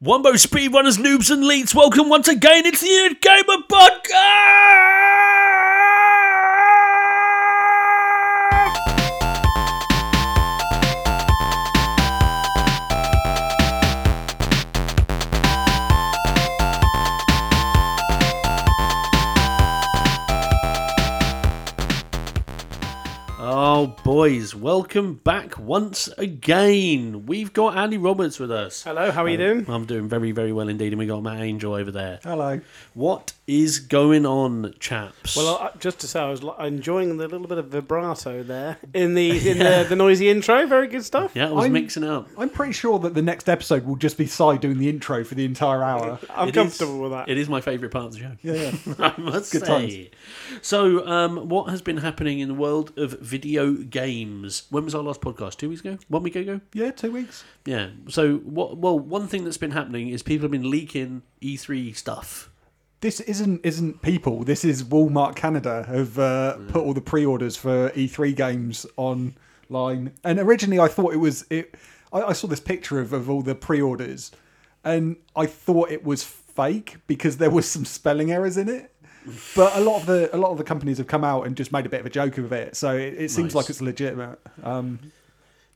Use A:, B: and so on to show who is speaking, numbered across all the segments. A: Wombo Speedrunners, Noobs and Leets, welcome once again. It's the Unit Gamer Podcast! Oh, boys, welcome back once again. We've got Andy Roberts with us.
B: Hello, how are you doing?
A: I'm doing very, very well indeed, and we got Matt Angel over there.
C: Hello.
A: What is going on, chaps?
B: Well, I- just to say, I was li- enjoying the little bit of vibrato there in the in the, the noisy intro. Very good stuff.
A: yeah, I was
C: I'm-
A: mixing it up.
C: I'm pretty sure that the next episode will just be Cy doing the intro for the entire hour.
B: I'm
A: It is-
B: comfortable with that.
A: It is my favourite part of the show.
C: Yeah, yeah.
A: I must
C: Good
A: say. So, um, what has been happening in the world of video games? When was our last podcast? Two weeks ago? One week ago?
C: yeah, two weeks.
A: Yeah. So, what? Well, one thing that's been happening is people have been leaking E3 stuff.
C: This isn't isn't people. This is Walmart Canada have uh, put all the pre-orders for E3 games online. And originally, I thought it was it. I, I saw this picture of, of all the pre-orders, and I thought it was fake because there was some spelling errors in it. But a lot of the a lot of the companies have come out and just made a bit of a joke of it, so it, it seems
A: Nice.
C: like it's legitimate. Um,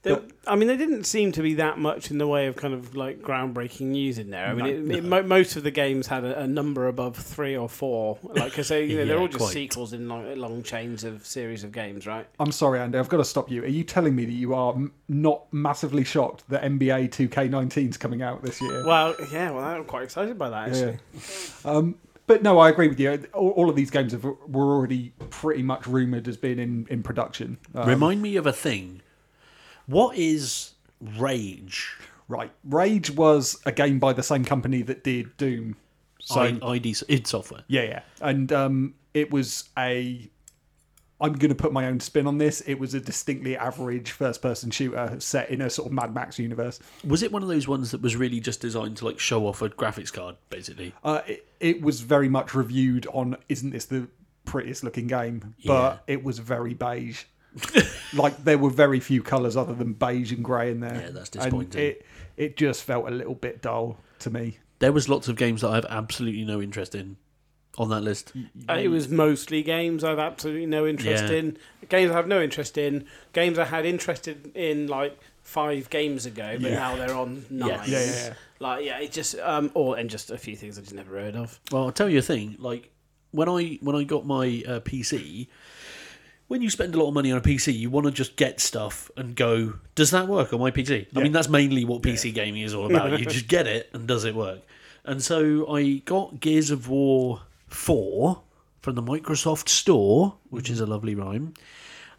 B: There- I mean, there didn't seem to be that much in the way of kind of like groundbreaking news in there. I mean, it, it, mo- most of the games had a, a number above three or four. Like, because they, you know, they're
A: Yeah,
B: all just
A: quite.
B: sequels in long, long chains of series of games, right?
C: I'm sorry, Andy. I've got to stop you. Are you telling me that you are m- not massively shocked that NBA 2K19 is coming out this year?
B: Well, yeah. Well, I'm quite excited by that actually.
C: Yeah. Um, but no, I agree with you. All, all of these games have, were already pretty much rumored as being in, in production. Um,
A: Remind me of a thing. What is Rage?
C: right. Rage was a game by the same company that did Doom. So
A: I, ID id Software.
C: yeah, yeah, and um, it was a. I'm going to put my own spin on this. It was a distinctly average first-person shooter set in a sort of Mad Max universe.
A: Was it one of those ones that was really just designed to like show off a graphics card, basically?
C: Uh, it, it was very much reviewed on isn't this the prettiest looking game but it was very beige like there were very few colors other than beige and gray in there
A: Yeah, that's
C: And
A: disappointing.
C: it it just felt a little bit dull to me
A: There was lots of games that I have absolutely no interest in on that list.
B: Uh, It was mostly games I've absolutely no interest
A: Yeah.
B: in. Games I have no interest in. Games I had interested in like five games ago, but now they're on nine.
A: Yes.
C: Yeah, yeah, yeah.
B: Like yeah, it just um, or and just a few things I just never heard of.
A: Well, I'll tell you a thing. Like when I when I got my uh, PC, when you spend a lot of money on a PC, you want to just get stuff and go. Does that work on my PC? I mean, that's mainly what PC gaming is all about. you just get it and does it work? And so I got Gears of War four from the Microsoft Store, which is a lovely rhyme.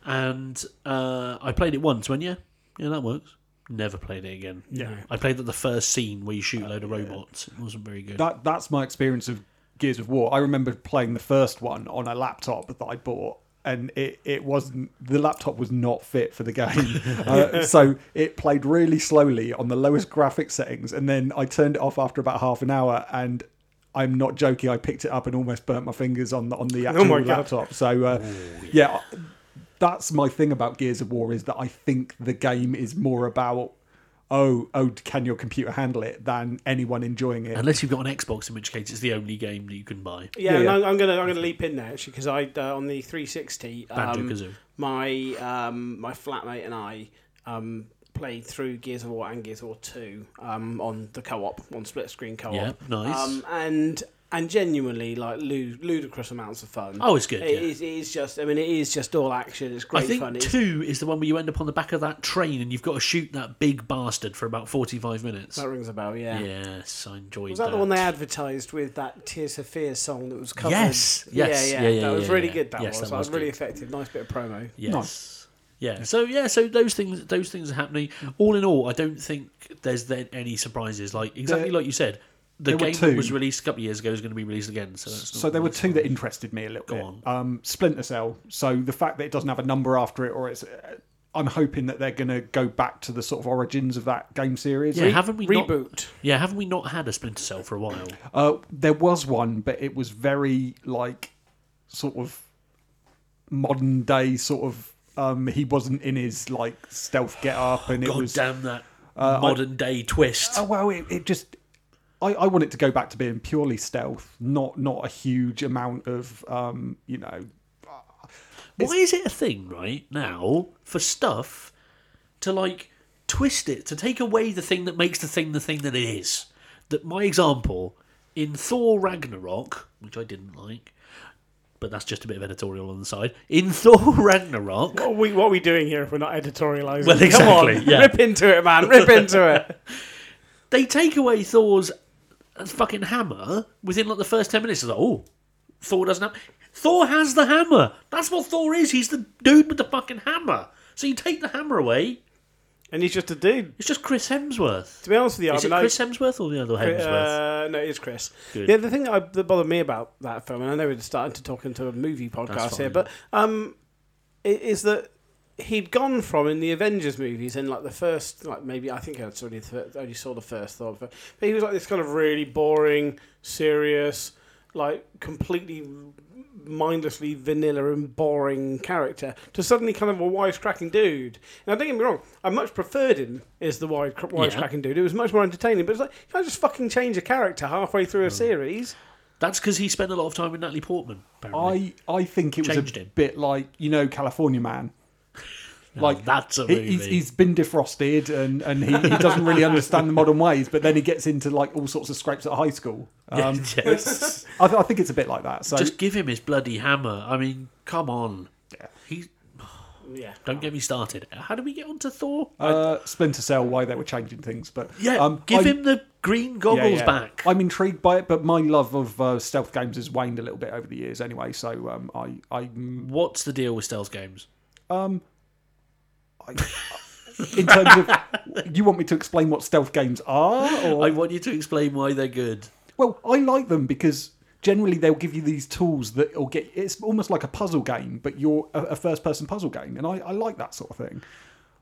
A: And uh, I played it once. Went yeah, yeah, that works. Never played it again.
B: Yeah.
A: I played the first scene where you shoot a load of robots. It wasn't very good.
C: that that's my experience of gears of war i remember playing the first one on a laptop that i bought and it, it wasn't the laptop was not fit for the game uh, so it played really slowly on the lowest graphic settings and then i turned it off after about half an hour and i'm not joking i picked it up and almost burnt my fingers on the, on the actual
B: my God.
C: laptop so uh, yeah. I- that's my thing about gears of war is that i think the game is more about oh oh can your computer handle it than anyone enjoying it
A: Unless you've got an Xbox, in which case it's the only game that you can buy.
B: Yeah,
C: Yeah,
B: and
C: yeah.
B: I'm, I'm gonna I'm gonna leap in there actually because I uh, on the 360 um,
A: Banjo-Kazooie.
B: my um, my flatmate and I um, played through Gears of War and Gears of War 2 um, on the co-op on split screen co-op.
A: Yeah, nice.
B: Um, and and genuinely like lu- ludicrous amounts of fun.
A: Oh, it's good,
B: It
A: yeah.
B: is- it is just I mean it is just all action. It's great
A: I think
B: fun. It's-
A: two is the one where you end up on the back of that train and you've got to shoot that big bastard for about forty-five minutes.
B: that rings a bell. Yeah.
A: Yes, I enjoyed
B: Was that the one they advertised with that Tears of Fear song that was covered?
A: Yes, yes,
B: yeah, yeah.
A: yeah, yeah,
B: that was
A: yeah,
B: really
A: yeah.
B: good. That
A: Yes,
B: was.
A: that was
B: was really
A: good.
B: effective. Nice bit of promo.
A: Yes. Yeah. So yeah. So those things, those things are happening. All in all, I don't think there's then any surprises. Like exactly
C: There-
A: like you said, the
C: there were
A: game that
C: two.
A: was released a couple of years ago is going to be released again. So that's not
C: so there were
A: really
C: two that interested me a little bit. Um, Splinter Cell. So the fact that it doesn't have a number after it, or it's, uh, I'm hoping that they're going to go back to the sort of origins of that game series.
A: Yeah, haven't we not-
B: Reboot.
A: yeah, haven't we not had a Splinter Cell for a while?
C: Uh, there was one, but it was very like sort of modern day sort of. Um, he wasn't in his like stealth get up, and it
A: God
C: was uh,
A: damn that modern day twist.
C: Oh well, it, it just I, I want it to go back to being purely stealth, not not a huge amount of um, you know.
A: Why is it a thing right now for stuff to like twist it to take away the thing that makes the thing the thing that it is? That my example in Thor Ragnarok, which I didn't like, but that's just a bit of editorial on the side. In Thor Ragnarok,
B: What are we, what are we doing here if we're not editorializing?
A: Well,
B: Come
A: exactly,
B: on,
A: yeah.
B: rip into it, man. Rip into it.
A: they take away Thor's uh, fucking hammer within like the first ten minutes. It's like, oh, Thor doesn't have. Thor has the hammer. That's what Thor is. He's the dude with the fucking hammer. So you take the hammer away.
B: And he's just a dude.
A: It's just Chris Hemsworth.
B: To be honest with you,
A: Is
B: I
A: it
B: mean,
C: Um,
B: I-
A: Chris Hemsworth or the other Hemsworth?
B: Uh, no, it's Chris.
A: Good.
B: Yeah, the thing that, I, that bothered me about that film, and I know we're starting to talk into a movie podcast
A: That's
B: here,
A: fine.
B: but um, i- is that he'd gone from in the Avengers movies in like the first, like maybe I think I only only saw the first Thor, but but he was like this kind of really boring, serious, like completely mindlessly vanilla and boring character to suddenly kind of a wisecracking dude. Now, don't get me wrong, I much preferred him as the wise- wisecracking dude. It was much more entertaining, but it's like, can I just fucking change a character halfway through a series?
A: That's because he spent a lot of time with Natalie Portman. Apparently.
C: I I think it was
A: Changed
C: a
A: him.
C: bit like you know California Man. Like
A: that's a
C: he- he's,
A: movie.
C: he's been defrosted and, and he, he doesn't really understand the modern ways, but then he gets into like all sorts of scrapes at high school. Um,
A: Yes.
C: I, th- I think it's a bit like that. So
A: just give him his bloody hammer. I mean, come on. He
B: Yeah.
A: don't get me started. How do we get onto Thor?
C: uh, Splinter Cell, why they were changing things, but
A: yeah,
C: um,
A: give
C: I'm-
A: him the green
C: yeah,
A: goggles
C: yeah.
A: back.
C: I'm intrigued by it, but my love of uh, stealth games has waned a little bit over the years, anyway. So um, I I
A: What's the deal with Stealth games?
C: in terms of you want me to explain what stealth games are or
A: I want you to explain why they're good.
C: well i like them because generally they'll give you these tools that will get it's almost like a puzzle game but you're a, a first person puzzle game and I, I like that sort of thing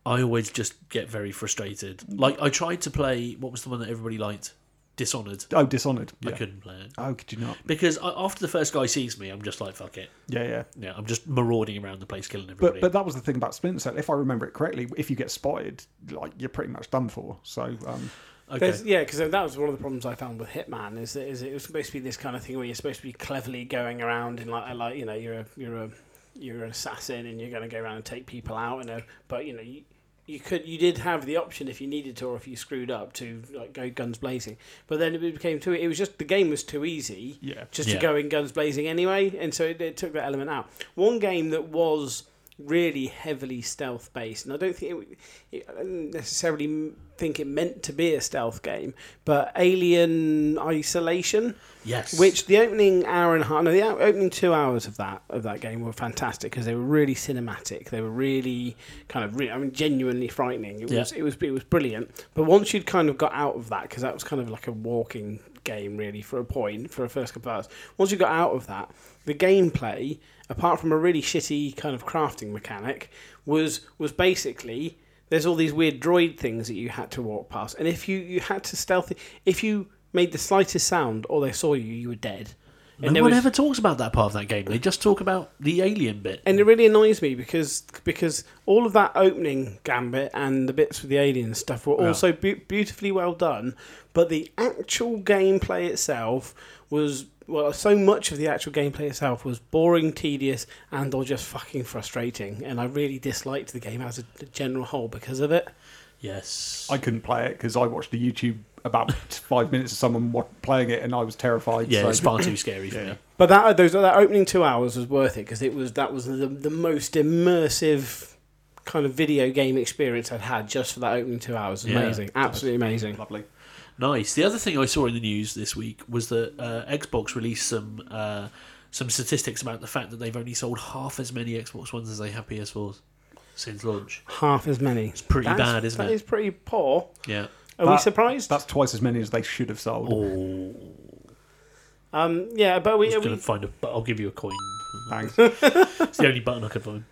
A: I always just get very frustrated. Like I tried to play what was the one that everybody liked, Dishonored.
C: oh dishonored
A: I
C: yeah.
A: couldn't play it
C: oh could you not
A: because I, after the first guy sees me, I'm just like fuck it.
C: yeah yeah
A: Yeah, I'm just marauding around the place, killing everybody.
C: but but that was the thing about Splinter Cell. If I remember it correctly, if you get spotted, like you're pretty much done for. So um,
A: okay.
B: There's, yeah, because that was one of the problems I found with Hitman is that is it was supposed to be this kind of thing where you're supposed to be cleverly going around and like like you know you're a you're a you're an assassin and you're going to go around and take people out and uh, but you know you, you could you did have the option if you needed to or if you screwed up to like go guns blazing but then it became too it was just the game was too easy
C: Yeah.
B: just to
A: Yeah.
B: go in guns blazing anyway and so it, it took that element out one game that was really heavily stealth based and I don't think it, I don't necessarily m- think it meant to be a stealth game, but Alien Isolation,
A: yes,
B: which the opening hour and a half, no, the o- opening two hours of that of that game were fantastic because they were really cinematic. They were really kind of, re- I mean, genuinely frightening. It
A: Yeah.
B: was, it was, it was brilliant. But once you'd kind of got out of that, because that was kind of like a walking game really for a point for the first couple of hours. Once you got out of that, the gameplay, apart from a really shitty kind of crafting mechanic, was was basically there's all these weird droid things that you had to walk past, and if you you had to stealthy, if you made the slightest sound or they saw you, you were dead.
A: no
B: And there
A: one
B: was-
A: ever talks about that part of that game. They just talk about the alien bit.
B: and it really annoys me because because all of that opening gambit and the bits with the alien stuff were also beau- beautifully well done, but the actual gameplay itself was well, so much of the actual gameplay itself was boring, tedious, and or just fucking frustrating. And I really disliked the game as a a general whole because of it.
A: yes,
C: I couldn't play it because I watched the YouTube about five minutes of someone wa- playing it, and I was terrified.
A: yeah,
C: so.
A: it's far too scary for
C: Yeah.
A: me.
B: But that those that opening two hours was worth it because it was that was the the most immersive kind of video game experience I'd had just for that opening two hours.
A: Yeah.
B: Amazing, absolutely amazing.
C: lovely.
A: Nice. The other thing I saw in the news this week was that uh, Xbox released some uh, some statistics about the fact that they've only sold half as many Xbox Ones as they have PS4s since launch.
B: half as many. It's
A: pretty bad, isn't
B: That
A: it?
B: is pretty poor.
A: Yeah.
B: Are we
C: That-
B: surprised?
C: That's twice as many as they should have sold.
A: Oh,
B: Um, yeah, but
A: I
B: we,
A: was
B: are
A: going
B: we
A: to find a. But I'll give you a coin.
C: Thanks.
A: It's the only button I could find.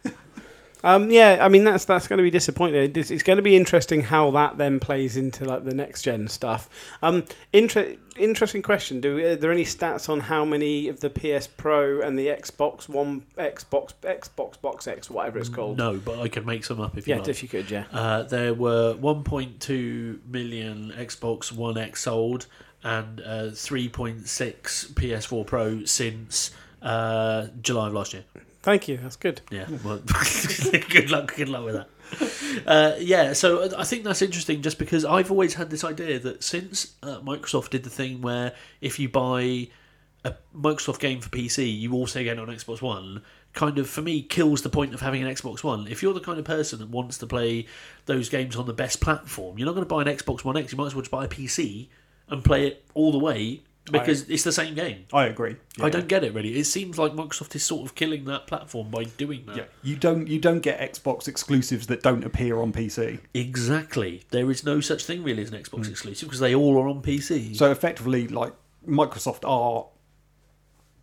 B: Um, yeah, I mean that's that's going to be disappointing. It's, it's going to be interesting how that then plays into like the next gen stuff. Um, inter- interesting question. Do we, are there any stats on how many of the PS Pro and the Xbox One, Xbox Xbox Box X, whatever it's called?
A: No, but I could make some up if you
B: Yeah,
A: like.
B: if you could, yeah.
A: Uh, there were 1.2 million Xbox One X sold and uh, 3.6 PS4 Pro since uh, July of last year.
B: Thank you. That's good.
A: Yeah, well, good luck. Good luck with that. Uh, yeah, so I- I think that's interesting, just because I've always had this idea that since uh, Microsoft did the thing where if you buy a Microsoft game for PC, you also get it on Xbox One. Kind of for me kills the point of having an Xbox One. If you're the kind of person that wants to play those games on the best platform, you're not going to buy an Xbox One X. You might as well just buy a PC and play it all the way because it's the same game.
C: I agree.
A: I don't get it really. It seems like Microsoft is sort of killing that platform by doing that.
C: You don't you don't get Xbox exclusives that don't appear on PC.
A: Exactly. There is no such thing really as an
B: Hmm.
A: Xbox exclusive because they all are on PC.
C: So effectively, like Microsoft are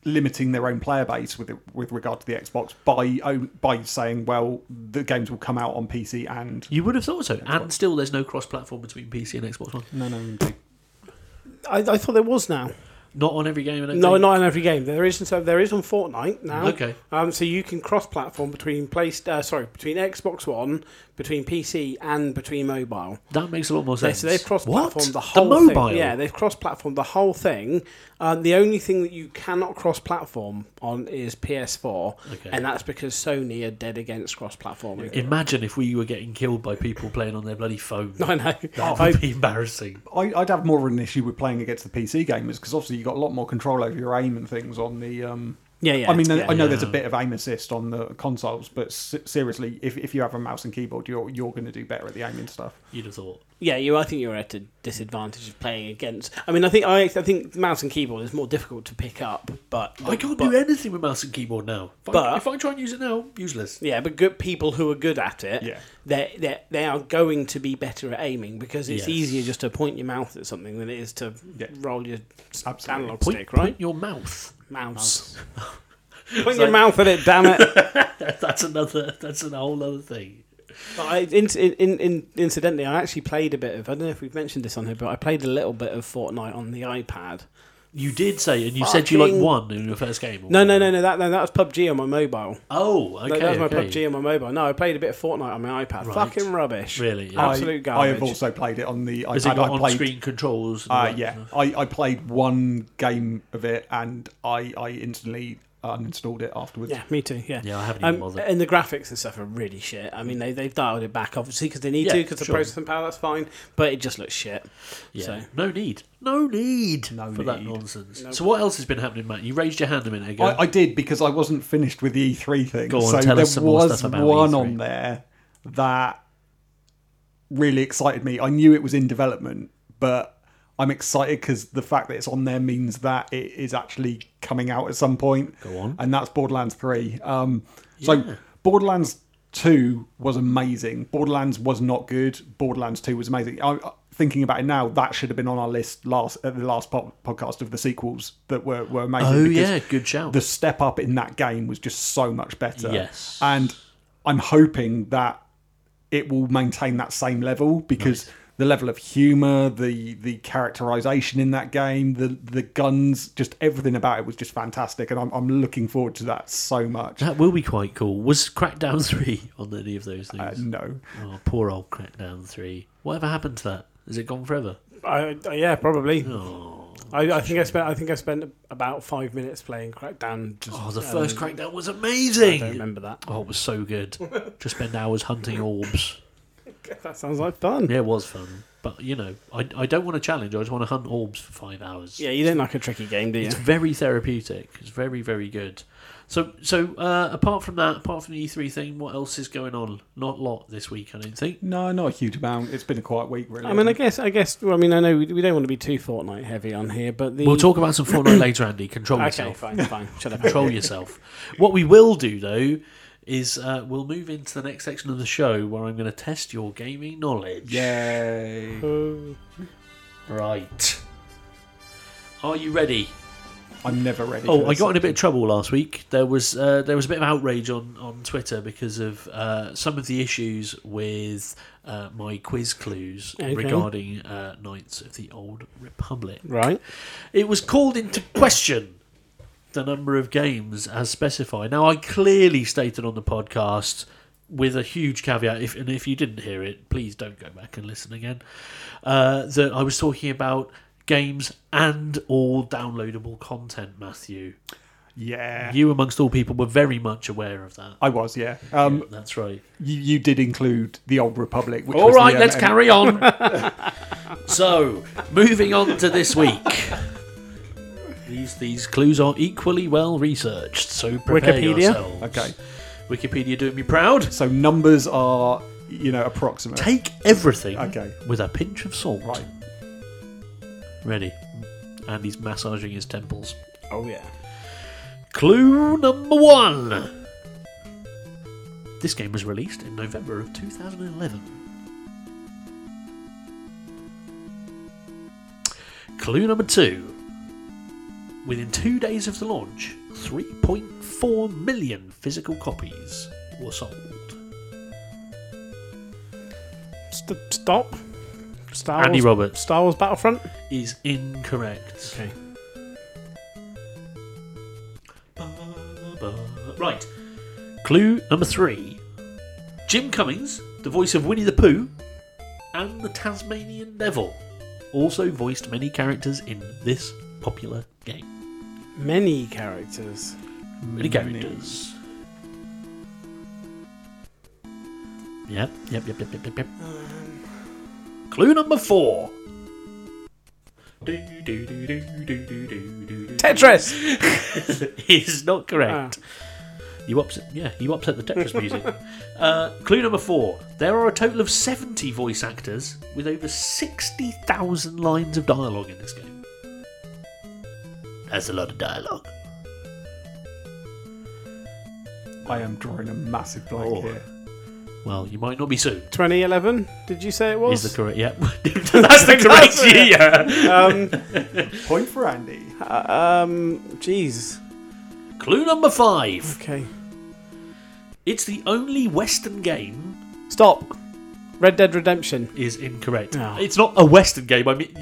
C: limiting their own player base with with regard to the Xbox by oh, by saying, well, the games will come out on PC and
A: you would have thought so. And still, there's no cross-platform between PC and Xbox One.
C: no, no,
B: I, I thought there was now.
A: Not on every game. I don't
B: No,
A: think.
B: not in every game. There isn't. So there is on Fortnite now.
A: Okay.
B: Um, so you can cross-platform between place. Uh, sorry, between Xbox One, between PC, and between mobile.
A: That makes a lot more
B: They,
A: sense.
B: so they've
A: What?
B: cross-platformed the whole
A: mobile.
B: thing. Yeah, they've cross-platformed the whole thing. Um, the only thing that you cannot cross-platform on is PS4,
A: Okay.
B: and that's because Sony are dead against cross-platforming.
A: Imagine if we were getting killed by people playing on their bloody phone.
B: I know.
A: That
B: I-
A: would be embarrassing.
C: I, I'd have more of an issue with playing against the PC gamers because obviously you've got a lot more control over your aim and things on the. Um,
B: yeah, yeah.
C: I mean,
B: yeah,
C: I know
A: yeah.
C: there's a bit of aim assist on the consoles, but s- seriously, if, if you have a mouse and keyboard, you're you're going to do better at the aiming stuff.
A: You'd have thought.
B: Yeah, you. I think you're at a disadvantage of playing against. I mean, I think I, I think mouse and keyboard is more difficult to pick up, but
A: I can't
B: but,
A: do anything with mouse and keyboard now. If, I,
B: But-
A: if I try and use it now, useless.
B: Yeah, but good people who are good at it,
C: Yeah.
B: they they they are going to be better at aiming because it's
A: Yes.
B: easier just to point your mouth at something than it is to
C: Yeah.
B: roll your s-
C: Absolutely.
B: analog
A: Point,
B: stick,
A: point
B: right?
A: your mouth.
B: Mouse. point your mouth at it, damn it.
A: That's another. That's a whole other thing.
B: But I, in, in, in, incidentally, I actually played a bit of. I don't know if we've mentioned this on here, but I played a little bit of Fortnite on the iPad.
A: You did say, and you said you like
B: Fucking-
A: won in your first game. or
B: No, no,
A: whatever.
B: no, no. That no, that was PUBG on my mobile.
A: Oh, okay.
B: No, that was my
A: okay.
B: PUBG on my mobile. No, I played a bit of Fortnite on my iPad.
A: Right.
B: Fucking rubbish.
A: Really? Yeah.
B: Absolute
C: I, I
B: garbage.
C: have also played it on the
A: Has
C: iPad.
A: it got
C: I played,
A: on-screen controls? and all
C: Uh,
A: that
C: yeah,
A: stuff?
C: I, I played one game of it and I, I instantly uh, uninstalled it afterwards.
B: Yeah, me too. Yeah.
A: Yeah, I haven't even
B: Um,
A: bothered.
B: and the graphics and stuff are really shit. I mean, they they've dialed it back obviously because they need
A: Yeah,
B: to because
A: sure.
B: the processing power that's fine, but it just looks shit.
A: Yeah.
B: So
A: No need. No need
C: No
A: for that
C: need.
A: nonsense.
B: No.
A: So what else has been happening, Matt? You raised your hand a minute ago.
C: I, I did because I wasn't finished with the E3 thing.
A: Go on,
C: so
A: tell
C: there
A: us some more
C: was
A: stuff about E
C: one
A: E3.
C: on there that really excited me. I knew it was in development, but I'm excited because the fact that it's on there means that it is actually coming out at some point.
A: Go on.
C: And that's Borderlands 3. Um, So Borderlands 2 was amazing. Borderlands was not good. Borderlands 2 was amazing. I, I- thinking about it now, that should have been on our list last at the last po- podcast of the sequels that were, were amazing.
A: oh
C: because
A: yeah, good shout.
C: the step up in that game was just so much better.
A: Yes.
C: And I'm hoping that it will maintain that same level because the level of humor, the the characterization in that game, the the guns, just everything about it was just fantastic and I'm I'm looking forward to that so much.
A: that will be quite cool. Was Crackdown three on any of those
C: Uh,
A: things?
C: no.
A: oh, poor old Crackdown three. Whatever happened to that? Is it gone forever?
B: I, I- yeah, probably.
A: Oh,
B: I, I think I spent I think I spent about five minutes playing Crackdown. Just,
A: oh the first Crackdown was
B: I don't
A: amazing.
B: remember that.
A: Oh, it was so good. Just spend hours hunting orbs.
B: That sounds like fun. Yeah,
A: Yeah, it was fun. But you know, I, I don't want to challenge. I just want to hunt orbs for five hours.
B: you don't like a tricky game, do you?
A: It's very therapeutic. It's very very good. So so uh, apart from that, apart from the E three thing, what else is going on? Not a lot this week, I don't think.
C: No, not a huge amount. It's been a quiet week really.
B: I mean, I guess I guess. Well, I mean, I know we, we don't want to be too Fortnite heavy on here, but the
A: We'll talk about some Fortnite later, Andy. Control
B: Okay,
A: yourself.
B: fine, fine. Shut up.
A: Control yourself. What we will do though is uh, we'll move into the next section of the show where I'm going to test your gaming knowledge.
C: Yay.
B: Oh.
A: Right. Are you ready?
C: I'm never ready.
A: Oh,
C: for
A: I
C: this.
A: got in a bit of trouble last week. There was uh, there was a bit of outrage on, on Twitter because of uh, some of the issues with uh, my quiz clues
B: Okay.
A: regarding uh, Knights of the Old Republic.
B: Right.
A: It was called into question the number of games as specified. Now, I clearly stated on the podcast with a huge caveat, if, and if you didn't hear it, please don't go back and listen again, uh, that I was talking about games and all downloadable content, Matthew.
C: Yeah,
A: You, amongst all people, were very much aware of that.
C: I was. Yeah. Um,
A: That's right.
C: You, you did include the Old Republic. Which
A: All
C: was the
A: right, let's
C: MM
A: carry on. so, moving on to this week. These these clues are equally well researched, so prepare
B: Wikipedia?
A: yourselves.
C: Okay.
A: Wikipedia doing me proud.
C: So numbers are, you know, approximate.
A: Take everything
C: Okay.
A: with a pinch of salt.
C: Right.
A: Ready. And he's massaging his temples.
B: Oh yeah.
A: Clue number one. This game was released in November of 2011. Clue number two. Within two days of the launch, 3.4 million physical copies were sold.
B: St- stop. Star
A: Andy
B: Wars.
A: Roberts.
B: Star Wars Battlefront.
A: Is incorrect.
B: Okay.
A: Right. Clue number three. Jim Cummings, the voice of Winnie the Pooh, and the Tasmanian Devil, also voiced many characters in this popular game.
B: Many characters.
A: Many characters. Yep, yep, yep, yep, yep, yep, yep. Clue number four.
B: Tetris.
A: is not correct. You upset, yeah, you upset the Tetris music. uh, clue number four: there are a total of seventy voice actors with over sixty thousand lines of dialogue in this game. That's a lot of dialogue.
C: I am drawing a massive blank
A: Oh.
C: here.
A: Well, you might not be soon.
B: 2011. Did you say it was?
A: Is the correct? Yeah, that's the correct year.
B: um.
C: Point for Andy.
B: Um. Jeez.
A: Clue number five:
B: Okay.
A: it's the only Western game
B: Stop. Red Dead Redemption.
A: is incorrect.
B: Oh.
A: It's not a Western game. I mean,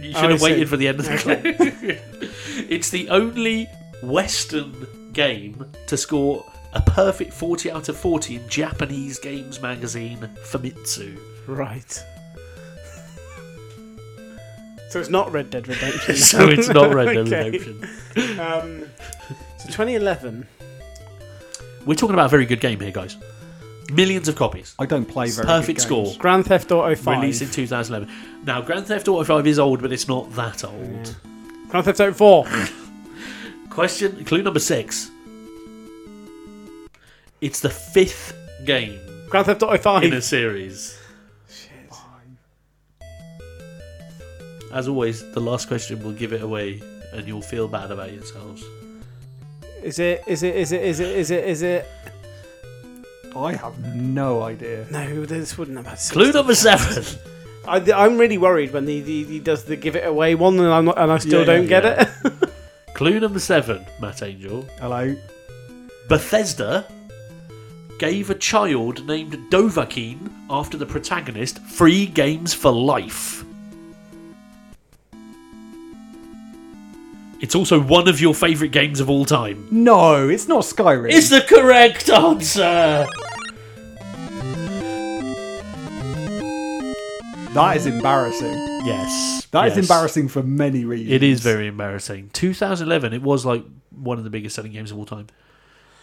A: you should
B: I
A: have
B: see.
A: waited for the end of the clue. it's the only Western game to score a perfect 40 out of 40 in Japanese games magazine Famitsu.
B: Right. So it's not Red Dead Redemption.
A: So it's not Red Dead
B: Okay.
A: Redemption.
B: um, so 2011.
A: We're talking about a very good game here, guys. Millions of copies.
C: I don't play very
A: Perfect
C: good games.
A: score.
B: Grand Theft Auto 5.
A: Released in 2011. Now, Grand Theft Auto 5 is old, but it's not that old.
B: Grand Theft Auto 4.
A: Question clue number six. It's the fifth game
B: Grand Theft Auto 5.
A: in a series. As always, the last question will give it away, and you'll feel bad about yourselves.
B: Is it? Is it? Is it? Is it? Is it? Is it?
C: I have no idea.
B: No, this wouldn't have had.
A: Clue number seven.
B: I, I'm really worried when he, he, he does the give it away one, and I'm not, and I still
A: Yeah,
B: don't
A: yeah,
B: get it.
A: Clue number seven. Matt Angel.
C: Hello.
A: Bethesda gave a child named Dovahkiin after the protagonist free games for life. It's also one of your favourite games of all time.
C: No, it's not Skyrim.
A: It's the correct answer!
C: that is embarrassing.
A: Yes.
C: That is
A: yes.
C: embarrassing for many reasons.
A: It is very embarrassing. 2011, it was like one of the biggest selling games of all time.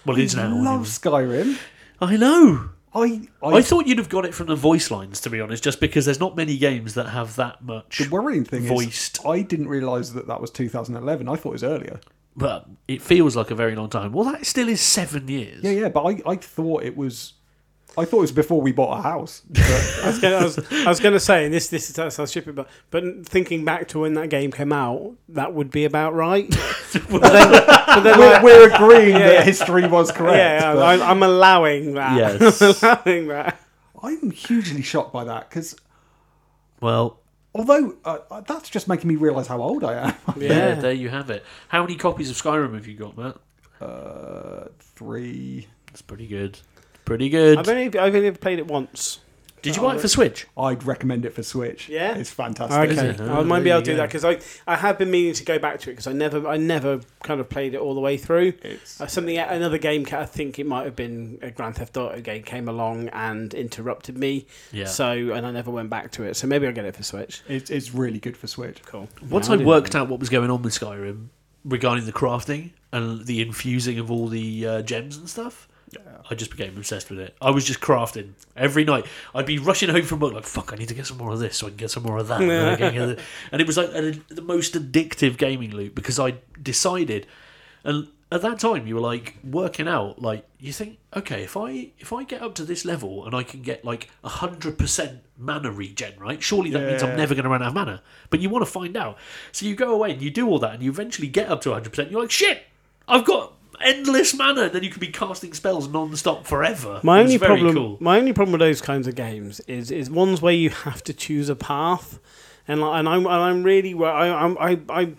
A: Well, it is
C: I
A: now.
C: love
A: anyway.
C: Skyrim.
A: I know.
C: I, I,
A: I thought you'd have got it from the voice lines, to be honest, just because there's not many games that have that much.
C: the worrying thing
A: Voiced.
C: is, I didn't realise that that was 2011. I thought it was earlier.
A: but it feels like a very long time. Well, that still is seven years.
C: Yeah, yeah, but I, I thought it was, I thought it was before we bought a house.
B: I was gonna, I was, I was gonna say, and this this is that sounds stupid, but but thinking back to when that game came out, that would be about right. but then, but then
C: we're,
B: like,
C: we're agreeing
B: Yeah,
C: that
B: yeah.
C: history was correct.
B: yeah,
C: but-
B: I, I'm allowing that.
A: Yes.
B: I'm allowing that.
C: I'm hugely shocked by that because
A: Well,
C: Although uh, uh, that's just making me realise how old I am.
A: Yeah.
B: Yeah.
A: there you have it. How many copies of Skyrim have you got, Matt?
C: Uh, three.
A: That's pretty good. Pretty good.
B: I've only I've only played it once.
A: Did you buy it for Switch?
C: I'd recommend it for Switch.
B: Yeah?
C: it's fantastic.
A: Is
B: Okay,
A: it?
B: I
A: Oh,
B: might be
A: there
B: able
A: you
B: to do
A: go.
B: that because I I have been meaning to go back to it because I never I never kind of played it all the way through.
C: It's
B: Uh, something another game ca- I think it might have been a Grand Theft Auto game came along and interrupted me.
A: Yeah.
B: So and I never went back to it. So maybe I'll get it for Switch.
C: it's, it's really good for Switch.
B: Cool.
A: Once
B: Yeah,
A: I
B: do
A: worked out what was going on with Skyrim regarding the crafting and the infusing of all the uh, gems and stuff, I just became obsessed with it. I was just crafting every night. I'd be rushing home from work like, "Fuck, I need to get some more of this, so I can get some more of that." and then I can get the- and it was like a, the most addictive gaming loop because I decided, and at that time you were like working out, like you think, okay, if I if I get up to this level and I can get like hundred percent mana regen, right? Surely that means I'm
C: Yeah.
A: never going to run out of mana. But you want to find out, so you go away and you do all that, and you eventually get up to hundred percent. You're like, shit, I've got. Endless mana, and then you can be casting spells non-stop forever.
B: My
A: It was
B: only
A: very
B: problem,
A: cool.
B: my only problem with those kinds of games is is ones where you have to choose a path, and like, and I'm and I'm really wor- I I'm I I.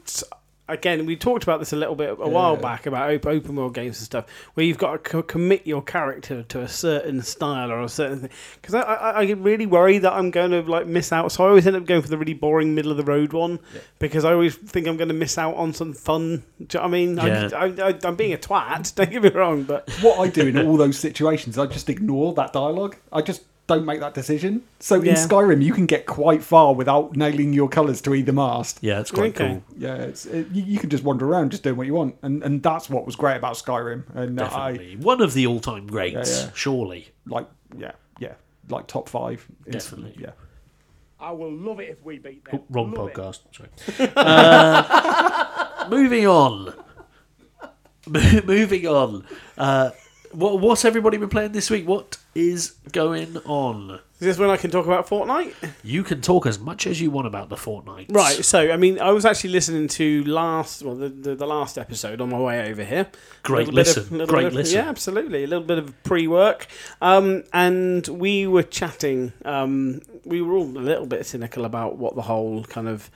B: Again, we talked about this a little bit a while
C: Yeah.
B: back about op- open world games and stuff, where you've got to co- commit your character to a certain style or a certain thing. Because I, I, I get really worry that I'm going to like miss out, so I always end up going for the really boring middle of the road one because I always think I'm going to miss out on some fun. Do you know what I mean? I'm, I, I, I'm being a twat. Don't get me wrong, but
C: What I do in all those situations, I just ignore that dialogue. I just don't make that decision. So
B: Yeah.
C: in Skyrim, you can get quite far without nailing your colours to either mast.
A: Yeah, it's quite
B: Okay.
A: cool.
C: Yeah, it's, it, you, you can just wander around, just doing what you want, and and that's what was great about Skyrim. And I
A: Definitely. One of the all time greats,
C: Yeah, yeah.
A: surely.
C: like, yeah, yeah, like top five. It's-
A: Definitely.
C: yeah.
D: I will love it if we beat them.
A: Oh, wrong
D: Love it.
A: podcast. Sorry. Uh, moving on. Mo- moving on. Uh, what, what's everybody been playing this week? What is going on?
B: is this when I can talk about Fortnite?
A: You can talk as much as you want about the Fortnite.
B: Right. So, I mean, I was actually listening to last, well, the, the, the last episode on my way over here.
A: Great
B: Little bit of-
A: listen.
B: little
A: Great
B: bit of-
A: listen.
B: Yeah, absolutely. A little bit of pre-work, um, and we were chatting. Um, we were all a little bit cynical about what the whole kind of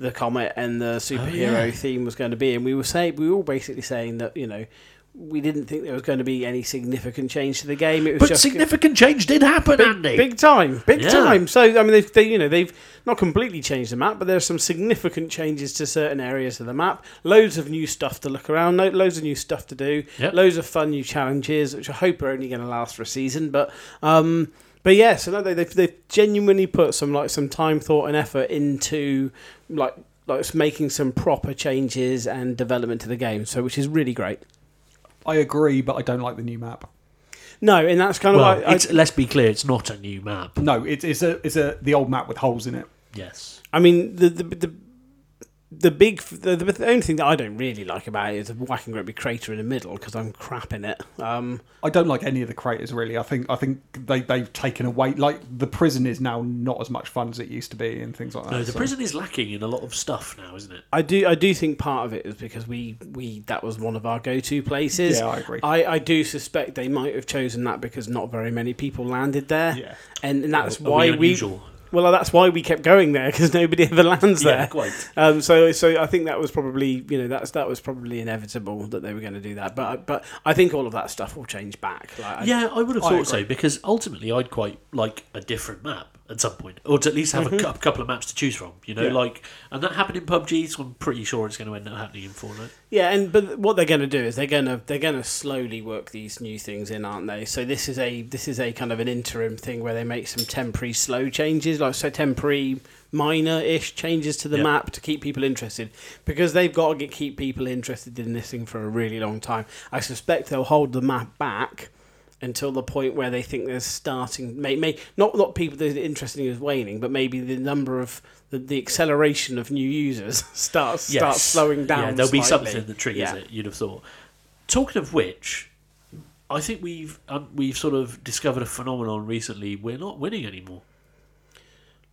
B: the comet and the superhero
A: Oh, yeah.
B: theme was going to be, and we were saying we were all basically saying that you know we didn't think there was going to be any significant change to the game. It was
A: But
B: just
A: significant change did happen, Andy.
B: Big time, big
A: Yeah.
B: time. So I mean, they've, they you know they've not completely changed the map, but there are some significant changes to certain areas of the map. Loads of new stuff to look around. lo- Loads of new stuff to do.
A: Yep.
B: Loads of fun new challenges, which I hope are only going to last for a season. But um, but yeah, so no, they, they've they've genuinely put some like some time, thought, and effort into like like making some proper changes and development to the game. So which is really great.
C: I agree, but I don't like the new map.
B: No, and that's kind of
A: well,
B: like I- Mm.
A: it's, let's be clear, it's not a new map.
C: No, it's it's a it's a the old map with holes in it.
A: Yes.
B: I mean, the the the, the big the, the, the only thing that I don't really like about it is the whacking great big crater in the middle because I'm crap in it. Um,
C: I don't like any of the craters really. I think I think they they've taken away like the prison is now not as much fun as it used to be and things like that.
A: No, the
C: so-
A: prison is lacking in a lot of stuff now, isn't it?
B: I do I do think part of it is because we we that was one of our go to places.
C: Yeah, I agree.
B: I, I do suspect they might have chosen that because not very many people landed there.
C: Yeah.
B: and, and that's
A: Are
B: why we
A: unusual?
B: well that's why we kept going there because nobody ever lands
A: Yeah,
B: there.
A: quite.
B: Um, so, so I think that was probably, you know, that's that was probably inevitable that they were going to do that. But, but I think all of that stuff will change back. Like, I-
A: Yeah, I would have
C: I
A: thought so because ultimately I'd quite like a different map at some point, or to at least have
B: Mm-hmm.
A: a cou- couple of maps to choose from. You know,
C: Yeah.
A: like and that happened in PUBG, so I'm pretty sure it's going to end up happening in Fortnite.
B: Yeah, and but what they're going to do is they're going to they're going to slowly work these new things in, aren't they? So this is a this is a kind of an interim thing where they make some temporary slow changes, like so temporary minor-ish changes to the
A: Yeah.
B: map to keep people interested because they've got to get, keep people interested in this thing for a really long time. I suspect they'll hold the map back until the point where they think they're starting may, may not not people that are interested in is waning but maybe the number of the, the acceleration of new users starts starts slowing down
A: Yeah, there'll be
B: slightly.
A: something that triggers
B: Yeah.
A: it. You'd have thought. Talking of which, I think we've um, we've sort of discovered a phenomenon recently. We're not winning anymore.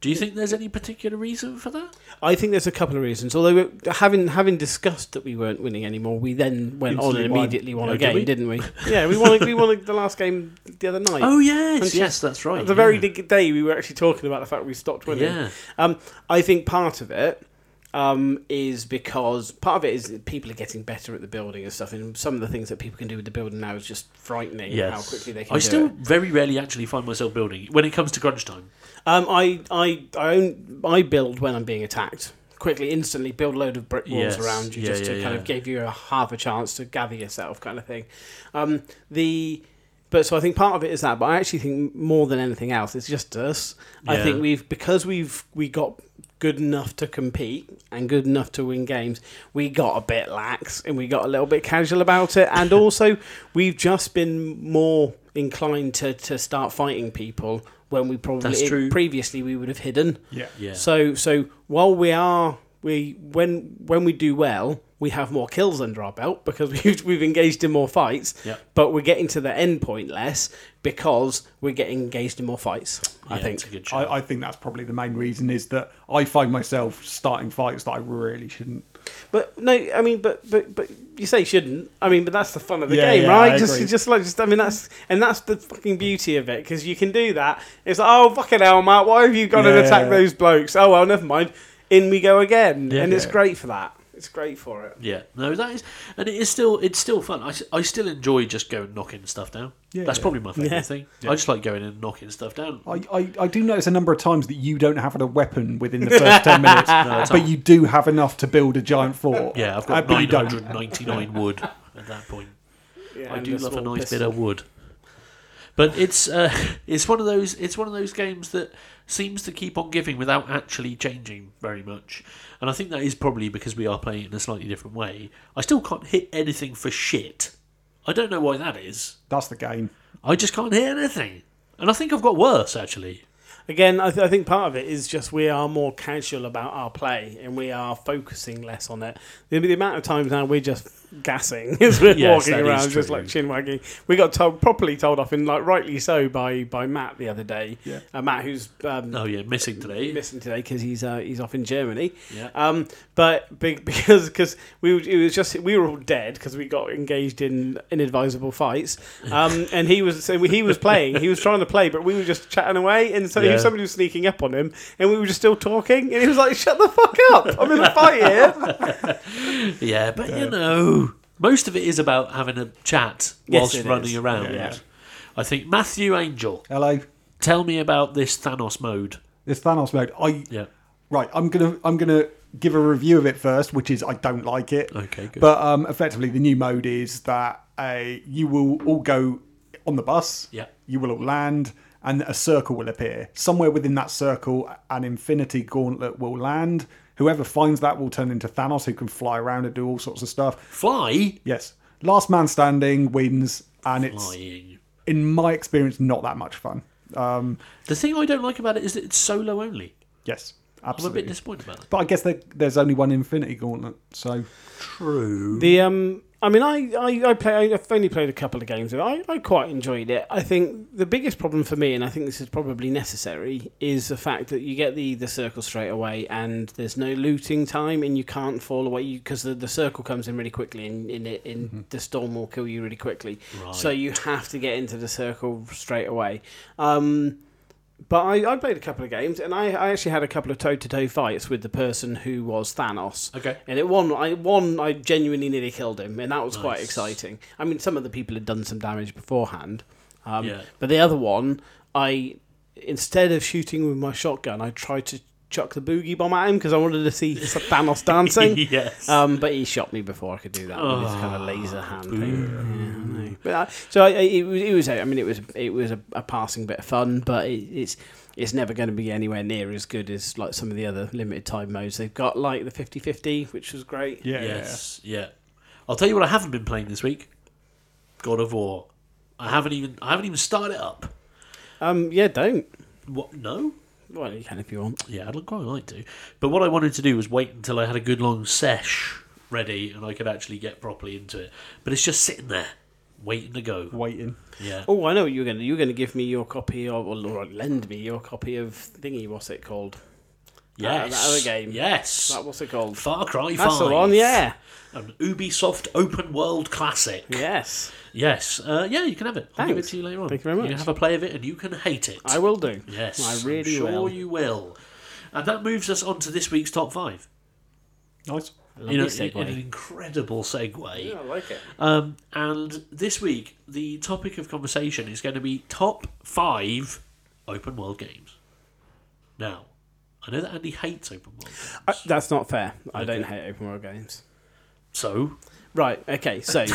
A: Do you think there's any particular reason for that?
B: I think there's a couple of reasons. Although having having discussed that we weren't winning anymore, we then went on
C: Instantly
B: and
C: won.
B: immediately won
A: Yeah,
B: a
A: Oh, did
B: game,
A: we?
B: did not we? yeah, we won. We won the last game the other night.
A: Oh yes,
B: Manchester-
A: yes, that's right.
B: the very
A: yeah.
B: dig- day we were actually talking about the fact we stopped winning.
A: Yeah,
B: Um, I think part of it um, is because part of it is that people are getting better at the building and stuff, and some of the things that people can do with the building now is just frightening.
A: yes.
B: How quickly they can.
A: I
B: do
A: still
B: it.
A: very rarely actually find myself building when it comes to crunch time.
B: Um, I I I, own, I build when I'm being attacked. Quickly, instantly build a load of brick walls
A: Yes.
B: around you
A: Yeah,
B: just to
A: yeah,
B: kind
A: yeah.
B: of give you a half a chance to gather yourself, kind of thing. Um, the but so I think part of it is that, but I actually think more than anything else, it's just us. I
A: Yeah.
B: think we've because we've we got good enough to compete and good enough to win games. We got a bit lax and we got a little bit casual about it, and also we've just been more inclined to to start fighting people when we probably
A: That's true.
B: previously we would have hidden.
C: Yeah.
A: Yeah.
B: So so while we are we when when we do well, we have more kills under our belt because we've we've engaged in more fights.
A: Yep.
B: But we're getting to the end point less because we're getting engaged in more fights. I
A: Yeah,
B: think.
A: it's a good shout.
C: I, I think that's probably the main reason is that I find myself starting fights that I really shouldn't.
B: But no, I mean, but but but you say shouldn't. I mean, but that's the fun of the
C: Yeah,
B: game,
C: yeah,
B: right?
C: I
B: just
C: agree.
B: just like just I mean, that's and that's the fucking beauty of it because you can do that. It's like, oh fucking hell, Matt, why have you gone and
C: Yeah.
B: attacked those blokes? Oh well, never mind. In we go again,
A: Yeah.
B: and it's
C: Yeah.
B: great for that. It's great for it.
A: Yeah, no, that is, and it is still it's still fun. I, s- I still enjoy just going knocking stuff down.
C: Yeah,
A: that's
C: yeah.
A: probably my favorite
B: Yeah.
A: thing. I just like going in and knocking stuff down.
C: I, I, I do notice a number of times that you don't have a weapon within the first 10 minutes, but you do have enough to build a giant fort.
A: yeah, I've
C: Uh,
A: got
C: but you
A: nine
C: don't.
A: hundred ninety nine wood at that point.
B: Yeah,
A: I
B: and
A: do love a
B: small
A: nice
B: pistol.
A: bit of wood. But it's uh, it's one of those it's one of those games that seems to keep on giving without actually changing very much, and I think that is probably because we are playing it in a slightly different way. I still can't hit anything for shit. I don't know why that is.
C: That's the game.
A: I just can't hit anything, and I think I've got worse actually.
B: Again, I, th- I think part of it is just we are more casual about our play and we are focusing less on it. The, the amount of times now we're just gassing as we're
A: Yes, that
B: walking
A: is
B: around, just
A: true.
B: like chin wagging. We got told, properly told off, and like rightly so, by by Matt the other day.
C: Yeah.
B: Uh, Matt, who's um,
A: Oh yeah, missing today.
B: missing today because he's uh, he's off in Germany.
A: Yeah.
B: Um, but be- because because we were- it was just we were all dead because we got engaged in inadvisable fights. Um, and he was so he was playing, he was trying to play, but we were just chatting away, and so
A: Yeah.
B: somebody was sneaking up on him, and we were just still talking, and he was like, "Shut the fuck up! I'm in a fight here."
A: Yeah, but
B: uh,
A: you know, most of it is about having a chat
B: Yes,
A: whilst
B: it
A: running
B: is.
A: around.
B: Yeah.
A: I think Matthew Angel,
C: Hello.
A: tell me about this Thanos mode.
C: It's Thanos mode. I
A: Yeah.
C: Right, I'm gonna I'm gonna give a review of it first, which is I don't like it.
A: Okay, good.
C: But um, effectively, the new mode is that uh, you will all go on the bus.
A: Yeah.
C: You will all land, and a circle will appear somewhere within that circle. An infinity gauntlet will land. Whoever finds that will turn into Thanos, who can fly around and do all sorts of stuff.
A: Fly
C: Yes, last man standing wins, and it's
A: flying.
C: in my experience not that much fun. Um,
A: The thing I don't like about it is that it's solo only.
C: yes,
A: I'm a
C: absolutely.
A: bit disappointed about that.
C: But I guess there, there's only one Infinity Gauntlet, so
A: True.
B: the um. I mean, I, I, I play. I've only played a couple of games. Of it. I, I quite enjoyed it. I think the biggest problem for me, and I think this is probably necessary, is the fact that you get the, the circle straight away, and there's no looting time, and you can't fall away because the, the circle comes in really quickly, and in it, in the storm will kill you really quickly.
A: Right.
B: So you have to get into the circle straight away. Um, but I, I played a couple of games, and I, I actually had a couple of toe to toe fights with the person who was Thanos.
A: Okay.
B: And it one, I one, I genuinely nearly killed him, and that was quite
A: Nice.
B: exciting. I mean, some of the people had done some damage beforehand, um,
A: Yeah.
B: but the other one, I instead of shooting with my shotgun, I tried to chuck the boogie bomb at him because I wanted to see Thanos dancing.
A: yes.
C: uh,
B: Um, but he shot me before I could do that with his kind of laser hand thing.
A: Ah, Boo.
B: Yeah, I
C: Mm-hmm.
B: know. But I, so I, I- it was. It was. a- I mean, it was. It was a, a passing bit of fun, but it, it's. It's never going to be anywhere near as good as like some of the other limited time modes they've got, like the 50-50, which was great.
C: yeah.
A: Yes. Yeah. I'll tell you what I haven't been playing this week. God of War. I haven't even I haven't even started it up.
B: Um, yeah, don't.
A: What no?
B: Well, you can if you want.
A: Yeah, I'd quite like to. But what I wanted to do was wait until I had a good long sesh ready and I could actually get properly into it. But it's just sitting there. waiting to go.
C: waiting.
A: Yeah.
B: Oh, I know what you're going to. You're going to give me your copy of, or, or lend me your copy of thingy. What's it called?
A: Yes.
B: that other game.
A: Yes.
B: That, what's it called?
A: Far Cry 5.
B: That's the one. Yeah.
A: An Ubisoft open world classic.
B: Yes.
A: Yes. Uh, yeah, you can have it. I'll give it
B: Thanks.
A: to you later on.
B: Thank you very much.
A: You have a play of it and you can hate it.
B: I will do.
A: Yes.
B: I
A: I'm
B: really
A: sure
B: will.
A: you will. And that moves us on to this week's top five.
C: Nice.
A: you know,
B: Lovely
A: an
B: segue.
A: incredible segue.
B: Yeah, I like it.
A: Um, and this week, the topic of conversation is going to be top five open world games. Now, I know that Andy hates open world, games,
B: I, that's not fair. I don't hate open world games.
A: so
B: Right. Okay. So.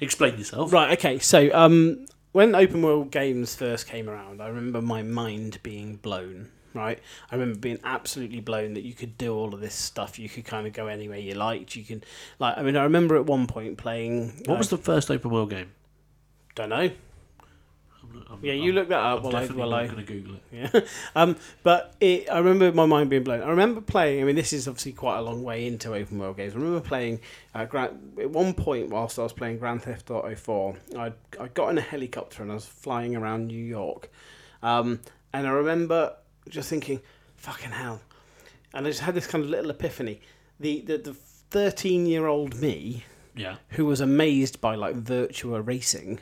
A: explain yourself.
B: Right. Okay. So, um, when open world games first came around, I remember my mind being blown. Right. I remember being absolutely blown that you could do all of this stuff. You could kind of go anywhere you liked. You can, like, I mean, I remember at one point playing.
A: What was the first open world game?
B: Don't know.
A: I'm- I'm-
B: Yeah, you
A: I'm-
B: look that
A: Oh,
B: up.
A: I'm
B: while I,
A: definitely
B: while
A: not
B: I
A: going to Google it.
B: Yeah. Um, but it, I remember my mind being blown. I remember playing. I mean, this is obviously quite a long way into open world games. I remember playing uh, Grand, at one point whilst I was playing Grand Theft Auto Four. I I got in a helicopter and I was flying around New York, um, and I remember just thinking, "Fucking hell!" And I just had this kind of little epiphany. The the the thirteen year old me
A: Yeah,
B: who was amazed by like Virtua Racing.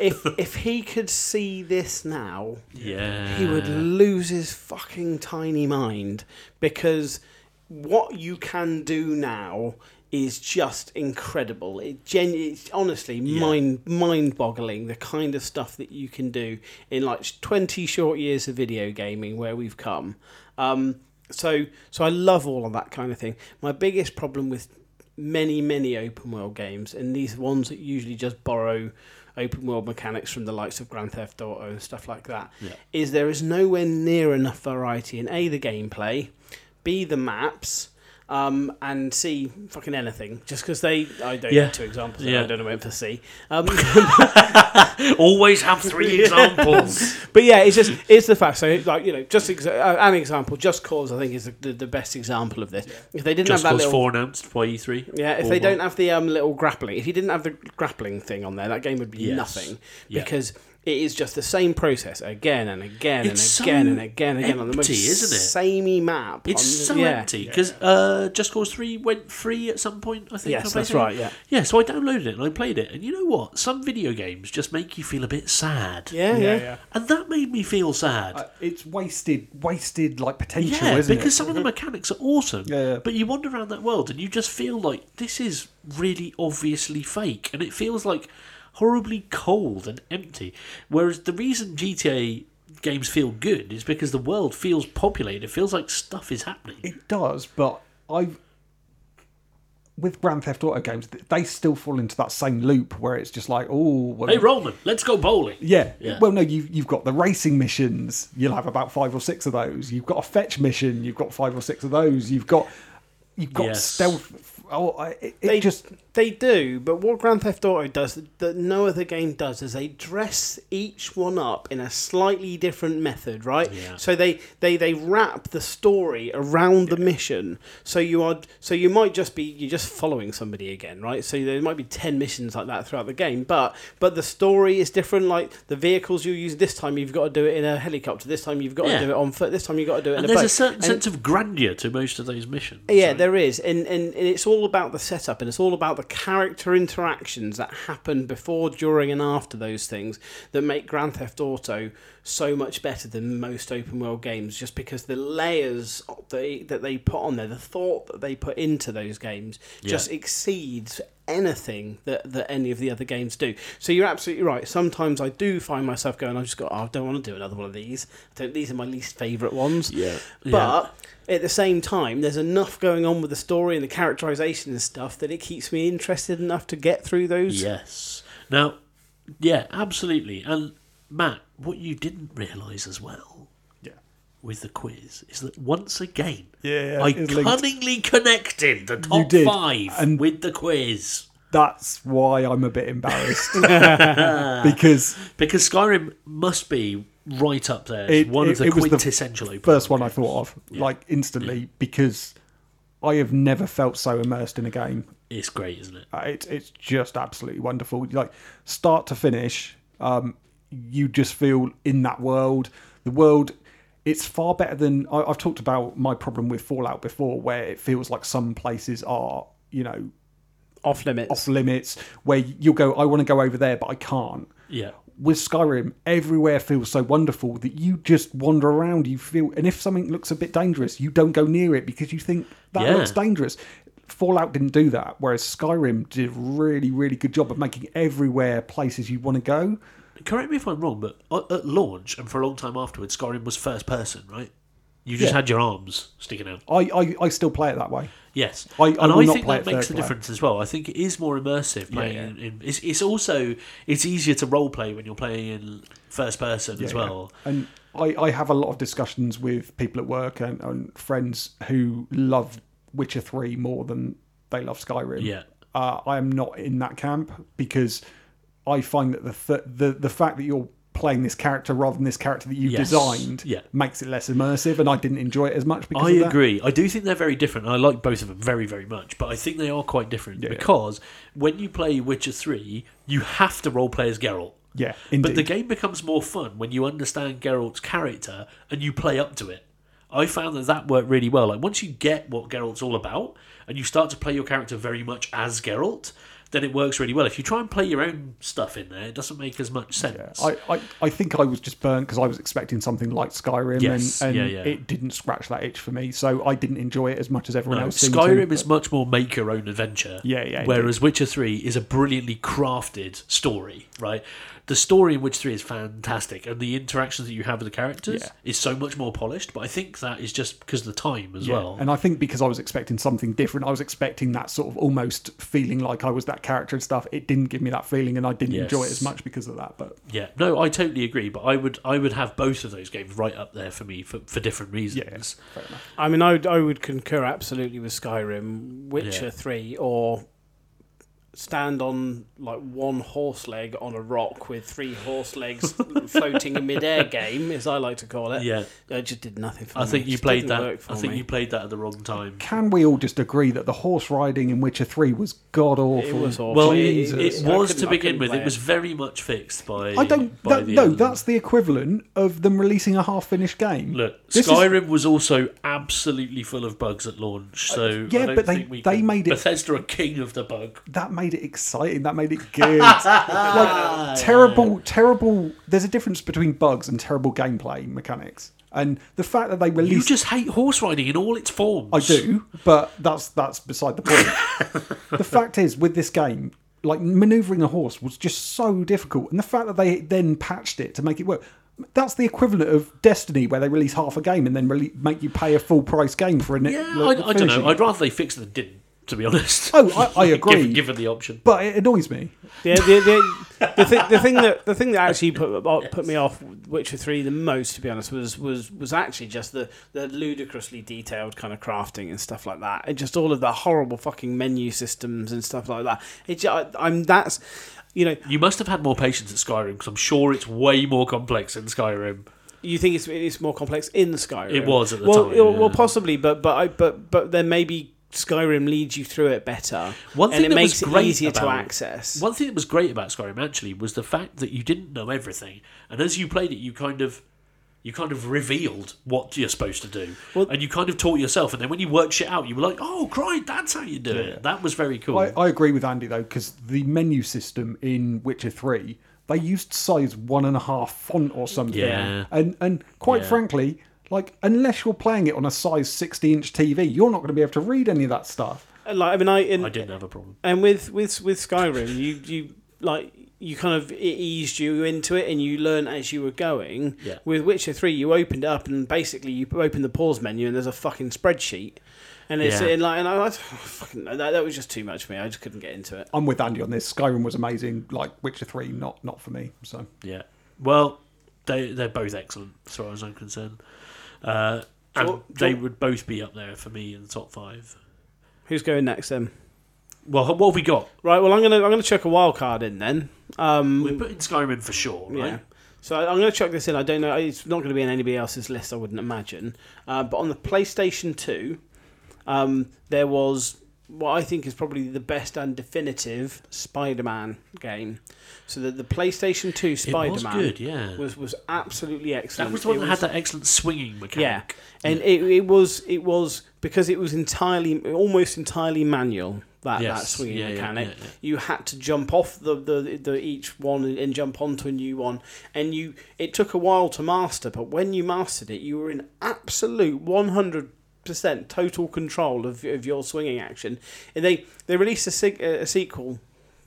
B: If if he could see this now,
A: yeah.
B: he would lose his fucking tiny mind because what you can do now is just incredible. It gen- it's honestly mind mind boggling the kind of stuff that you can do in like twenty short years of video gaming where we've come. Um, so so I love all of that kind of thing. My biggest problem with many many open world games and these ones that usually just borrow open world mechanics from the likes of Grand Theft Auto and stuff like that
A: Yeah.
B: is there is nowhere near enough variety in a the gameplay, b the maps, um, and c fucking anything. Just because they, I don't
A: Yeah.
B: have two examples.
A: Yeah.
B: I don't know where for c. Um,
A: Always have three examples.
B: but yeah, it's just it's the fact. So like you know, just exa- uh, an example. Just Cause I think is the, the, the best example of this. If they didn't
A: Just
B: have that
A: Cause
B: little.
A: Four E announced by E3.
B: Yeah, if
A: Or
B: they
A: what?
B: don't have the um, little grappling, if you didn't have the grappling thing on there, that game would be
A: Yes.
B: nothing
A: Yeah.
B: because it is just the same process again and again
A: It's
B: and again
A: so
B: and again and again on the most
A: empty, isn't it?
B: samey map.
A: It's so
B: on
A: empty.
B: the,
A: 'Cause empty
B: yeah.
A: because uh, Just Cause Three went free at some point. I think.
B: Yes,
A: I played
B: that's
A: it.
B: right, yeah.
A: Yeah, so I downloaded it and I played it, and you know what? Some video games just make you feel a bit sad.
B: Yeah, yeah.
A: And that made me feel sad.
C: Uh, it's wasted, wasted like potential,
A: yeah,
C: isn't
A: because
C: it? Mm-hmm.
A: some of the mechanics are awesome.
C: Yeah, yeah.
A: But you wander around that world and you just feel like this is really obviously fake, and it feels like horribly cold and empty. Whereas the reason GTA games feel good is because the world feels populated. It feels like stuff is happening.
C: It does, but I with Grand Theft Auto games, th- they still fall into that same loop where it's just like, oh, well,
A: hey, Roman, let's go bowling.
C: yeah.
A: Yeah.
C: Well, no, you've you've got the racing missions. You'll have about five or six of those. You've got a fetch mission. You've got five or six of those. You've got you've got
A: Yes.
C: stealth. Oh, I- it, it
B: They
C: just
B: they do, but what Grand Theft Auto does that- that no other game does is they dress each one up in a slightly different method, right?
A: Yeah.
B: So they, they they wrap the story around the mission. So you are so you might just be you're just following somebody again, right? So there might be ten missions like that throughout the game, but but the story is different. Like the vehicles you use this time, you've got to do it in a helicopter. This time you've got
A: Yeah.
B: to do it on foot. This time you've got to do it
A: And
B: in a
A: there's
B: boat.
A: a certain
B: And-
A: sense of grandeur to most of those missions.
B: yeah,
A: right?
B: there is, and, and and it's all about the setup, and it's all about the character interactions that happen before, during, and after those things that make Grand Theft Auto so much better than most open world games. Just because the layers they, that they put on there, the thought that they put into those games,
A: Yeah.
B: just exceeds anything that, that any of the other games do. So you're absolutely right. Sometimes I do find myself going, I just got, oh, I don't want to do another one of these. I don't, these are my least favourite ones.
A: Yeah.
B: But at the same time, there's enough going on with the story and the characterization and stuff that it keeps me interested enough to get through those.
A: Yes. Now, yeah, absolutely. And Matt, what you didn't realise as well
C: yeah.
A: with the quiz is that once again,
C: Yeah,
A: I
C: it's linked.
A: cunningly connected the top
C: did,
A: five
C: and-
A: with the quiz
C: That's why I'm a bit embarrassed because
A: because Skyrim must be right up there. It's
C: It-
A: one of
C: it-
A: the
C: it was the
A: quintessential open
C: first
A: world
C: one I thought of, like instantly, because I have never felt so immersed in a game
A: It's great, isn't it?
C: Uh, It's it's just absolutely wonderful. Like start to finish, um, you just feel in that world. The world, it's far better than I, I've talked about my problem with Fallout before, where it feels like some places are you know
B: Off limits.
C: off limits, where you'll go, I want to go over there, but I can't.
A: Yeah.
C: With Skyrim, everywhere feels so wonderful that you just wander around. You feel, and if something looks a bit dangerous, you don't go near it because you think that
A: Yeah.
C: looks dangerous. Fallout didn't do that, whereas Skyrim did a really, really good job of making everywhere places you want to go.
A: Correct me if I'm wrong, but at- at launch and for a long time afterwards, Skyrim was first person, right? You just
C: Yeah.
A: had your arms sticking out.
C: I, I, I still play it that way.
A: Yes,
C: I- I
A: and
C: will
A: I
C: not
A: think
C: play
A: that
C: it
A: makes a
C: third player.
A: difference as well. I think it is more immersive playing.
C: yeah.
A: In, in, it's, it's also it's easier to role play when you're playing in first person as
C: Yeah, yeah.
A: well.
C: And I, I have a lot of discussions with people at work and, and friends who love Witcher 3 more than they love Skyrim.
A: Yeah.
C: Uh, I am not in that camp because I find that the, th- the the fact that you're playing this character rather than this character that you
A: Yes.
C: designed
A: Yeah.
C: makes it less immersive, and I didn't enjoy it as much because
A: I
C: of that.
A: agree. I do think they're very different. and I like both of them very, very much, but I think they are quite different
C: Yeah.
A: because when you play Witcher 3, you have to roleplay as Geralt.
C: Yeah,
A: But the
C: indeed.
A: game becomes more fun when you understand Geralt's character and you play up to it. I found that that worked really well. Like once you get what Geralt's all about and you start to play your character very much as Geralt, then it works really well. If you try and play your own stuff in there, it doesn't make as much sense.
C: I, I, I think I was just burnt because I was expecting something like Skyrim,
A: Yes,
C: and, and
A: yeah, yeah.
C: it didn't scratch that itch for me. So I didn't enjoy it as much as everyone
A: No,
C: else. seemed to,
A: Skyrim
C: but-
A: is much more make your own adventure.
C: Yeah, yeah,
A: Whereas Witcher Three is a brilliantly crafted story, right? The story in Witcher Three is fantastic, and the interactions that you have with the characters
C: Yeah.
A: is so much more polished. But I think that is just because of the time as
C: Yeah,
A: well.
C: And I think because I was expecting something different, I was expecting that sort of almost feeling like I was that character and stuff. It didn't give me that feeling, and I didn't
A: Yes.
C: enjoy it as much because of that. But
A: yeah, no, I totally agree. But I would, I would have both of those games right up there for me for, for different reasons.
C: fair enough.
B: I mean, I would, I would concur absolutely with Skyrim, Witcher
A: Yeah.
B: Three, or stand on like one horse leg on a rock with three horse legs floating in midair game, as I like to call it.
A: Yeah,
B: I just did nothing for
A: I
C: Mm,
B: me.
A: think
B: It
A: you
B: just
A: played
B: didn't
A: that.
B: work for
A: I think
B: me.
A: you played that at the wrong time.
C: Can we all just agree that the horse riding in Witcher Three was god awful?
B: It was awful.
A: Well, it,
B: Jesus.
A: it
B: I
A: was
B: couldn't-
A: to
B: I
A: begin
B: couldn't
A: with.
B: play
A: It was very much fixed by.
C: I don't.
A: By
C: That,
A: the
C: no,
A: end.
C: that's the equivalent of them releasing a half-finished game.
A: Look,
C: This is-
A: Skyrim was also absolutely full of bugs at launch, so
C: Uh, yeah,
A: I don't
C: but they-
A: think we
C: they
A: can-
C: made it-
A: Bethesda are king of the bug.
C: that made it exciting. That made it good. like terrible, terrible. There's a difference between bugs and terrible gameplay mechanics. And the fact that they
A: You
C: released
A: just hate horse riding in all its forms.
C: I do, but that's that's beside the point. the fact is, with this game, like manoeuvring a horse was just so difficult, and the fact that they then patched it to make it work. That's the equivalent of Destiny, where they release half a game and then really make you pay a full price game for an.
A: Yeah, I, I don't know. I'd rather they fixed it than didn't. To be honest.
C: Oh, I- I
A: Given-
C: agree.
A: given the option.
C: But it annoys me.
B: Yeah, the, the, the, thi- the thing that the thing that actually put uh, put me off Witcher Three the most, to be honest, was was was actually just the the ludicrously detailed kind of crafting and stuff like that, and just all of the horrible fucking menu systems and stuff like that. It, ju- I, I'm that's you know
A: You must have had more patience at Skyrim because I'm sure it's way more complex in Skyrim.
B: you think it's it's more complex in Skyrim.
A: It was at the
B: well,
A: time,
B: it- well,
A: yeah.
B: possibly, but but I but but then maybe Skyrim leads you through it better.
A: One
B: and
A: thing
B: it
A: that was
B: makes
A: great
B: it easier to
A: about-
B: access.
A: One thing that was great about Skyrim actually was the fact that you didn't know everything, and as you played it, you kind of, you kind of revealed what you're supposed to do,
B: Well-
A: and you kind of taught yourself. And then when you worked shit out, you were like, "Oh, Christ, that's how you do it." That was very cool.
C: I, I agree with Andy though, because the menu system in Witcher Three, they used size one and a half font or something.
A: Yeah.
C: And and quite
A: Yeah.
C: frankly, like unless you're playing it on a size sixty inch TV, you're not going to be able to read any of that stuff.
B: Like I mean, I, in,
A: I didn't have a problem.
B: and with with with Skyrim, you you like you kind of it eased you into it, and you learn as you were going.
A: Yeah.
B: With Witcher Three, you opened it up, and basically you open the pause menu, and there's a fucking spreadsheet, and it's
A: Yeah.
B: and like and I, I fucking that, that was just too much for me. I just couldn't get into it.
C: I'm with Andy on this. Skyrim was amazing. Like Witcher Three, not not for me. So
A: Yeah. Well, they they're both excellent as far as I'm concerned, uh, and
B: Do you- do
A: they
B: you-
A: would both be up there for me in the top five.
B: Who's going next then?
A: Well, what have we got?
B: Right. Well, I'm gonna I'm gonna chuck a wild card in then. Um,
A: We're putting Skyrim in for sure, right?
B: Yeah. So I- I'm going to chuck this in. I don't know. It's not going to be in anybody else's list, I wouldn't imagine. Uh, but on the PlayStation 2, um, there was what I think is probably the best and definitive Spider-Man game. So that the PlayStation 2
A: It was
B: Spider-Man
A: good, yeah.
B: was was absolutely excellent.
A: that was the one
B: It
A: that had that excellent swinging
B: yeah,
A: mechanic.
B: and It, it was it was because it was entirely almost entirely manual that that
A: Yes.
B: swinging
A: Yeah, yeah,
B: mechanic.
A: yeah, yeah.
B: You had to jump off the, the the each one and, and jump onto a new one, and you it took a while to master, but when you mastered it, you were in absolute one hundred percent total control of, of your swinging action. And they they released a, sig- a sequel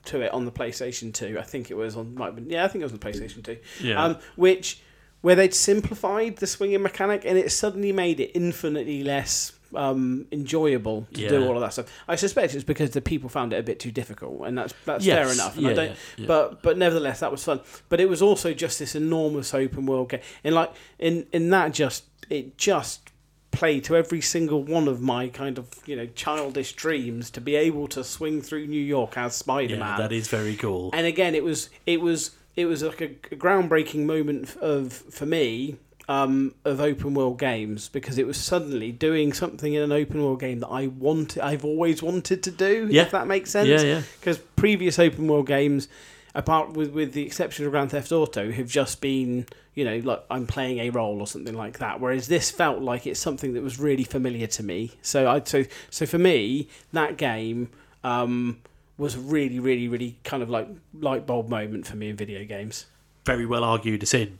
B: to it on the PlayStation Two. I think it was on might have been, yeah I think it was on the PlayStation Two
A: Yeah.
B: um, which where they'd simplified the swinging mechanic and it suddenly made it infinitely less um, enjoyable to do
A: Yeah.
B: all of that stuff. I suspect it's because the people found it a bit too difficult, and that's that's
A: Yes,
B: fair enough. And I
A: yeah,
B: don't,
A: yeah, yeah.
B: But but nevertheless, that was fun. But it was also just this enormous open world game, and like in in that just it just played to every single one of my kind of you know childish dreams to be able to swing through New York as Spider
A: yeah,
B: Man
A: that is very cool.
B: and again it was it was it was like a, a groundbreaking moment f- of for me um, of open world games because it was suddenly doing something in an open world game that I wanted I've always wanted to do
A: Yeah.
B: if that makes sense
A: Yeah, yeah.
B: because previous open world games apart with with the exception of Grand Theft Auto have just been you know like I'm playing a role or something like that whereas this felt like it's something that was really familiar to me so I so so for me that game um, was a really really really kind of like light bulb moment for me in video games
A: Very well argued. It's in.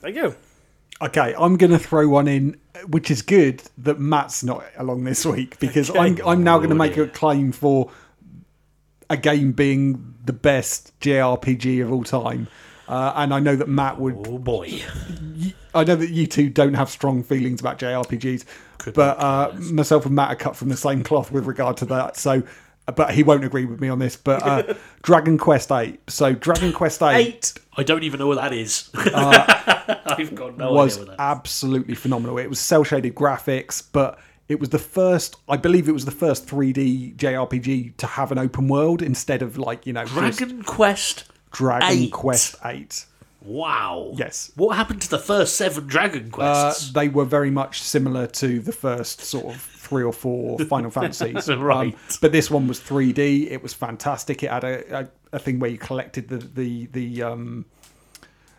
B: there you go
C: Okay, I'm going to throw one in, which is good that Matt's not along this week because I'm I'm now going to
A: Oh,
C: make
A: dear.
C: a claim for a game being the best JRPG of all time, uh, and I know that Matt would.
A: Oh boy.
C: I know that you two don't have strong feelings about JRPGs, but uh, myself and Matt are cut from the same cloth with regard to that. So, but he won't agree with me on this. But uh, Dragon Quest Eight. So Dragon Quest
B: eight
A: I don't even know what that is. I've got no
C: Uh, was
A: idea what that
C: absolutely phenomenal. It was cell shaded graphics, but it was the first, I believe it was the first 3D JRPG to have an open world instead of like, you know,
A: is.
C: just
A: Dragon Quest.
C: Dragon
A: Eight.
C: Quest 8.
A: Wow.
C: Yes.
A: What happened to the first seven Dragon
C: Uh,
A: Quests?
C: they were very much similar to the first sort of three or four Final Fantasies. Um,
A: Right.
C: but this one was 3D. It was fantastic. It had a, a, a thing where you collected the, the, the, um,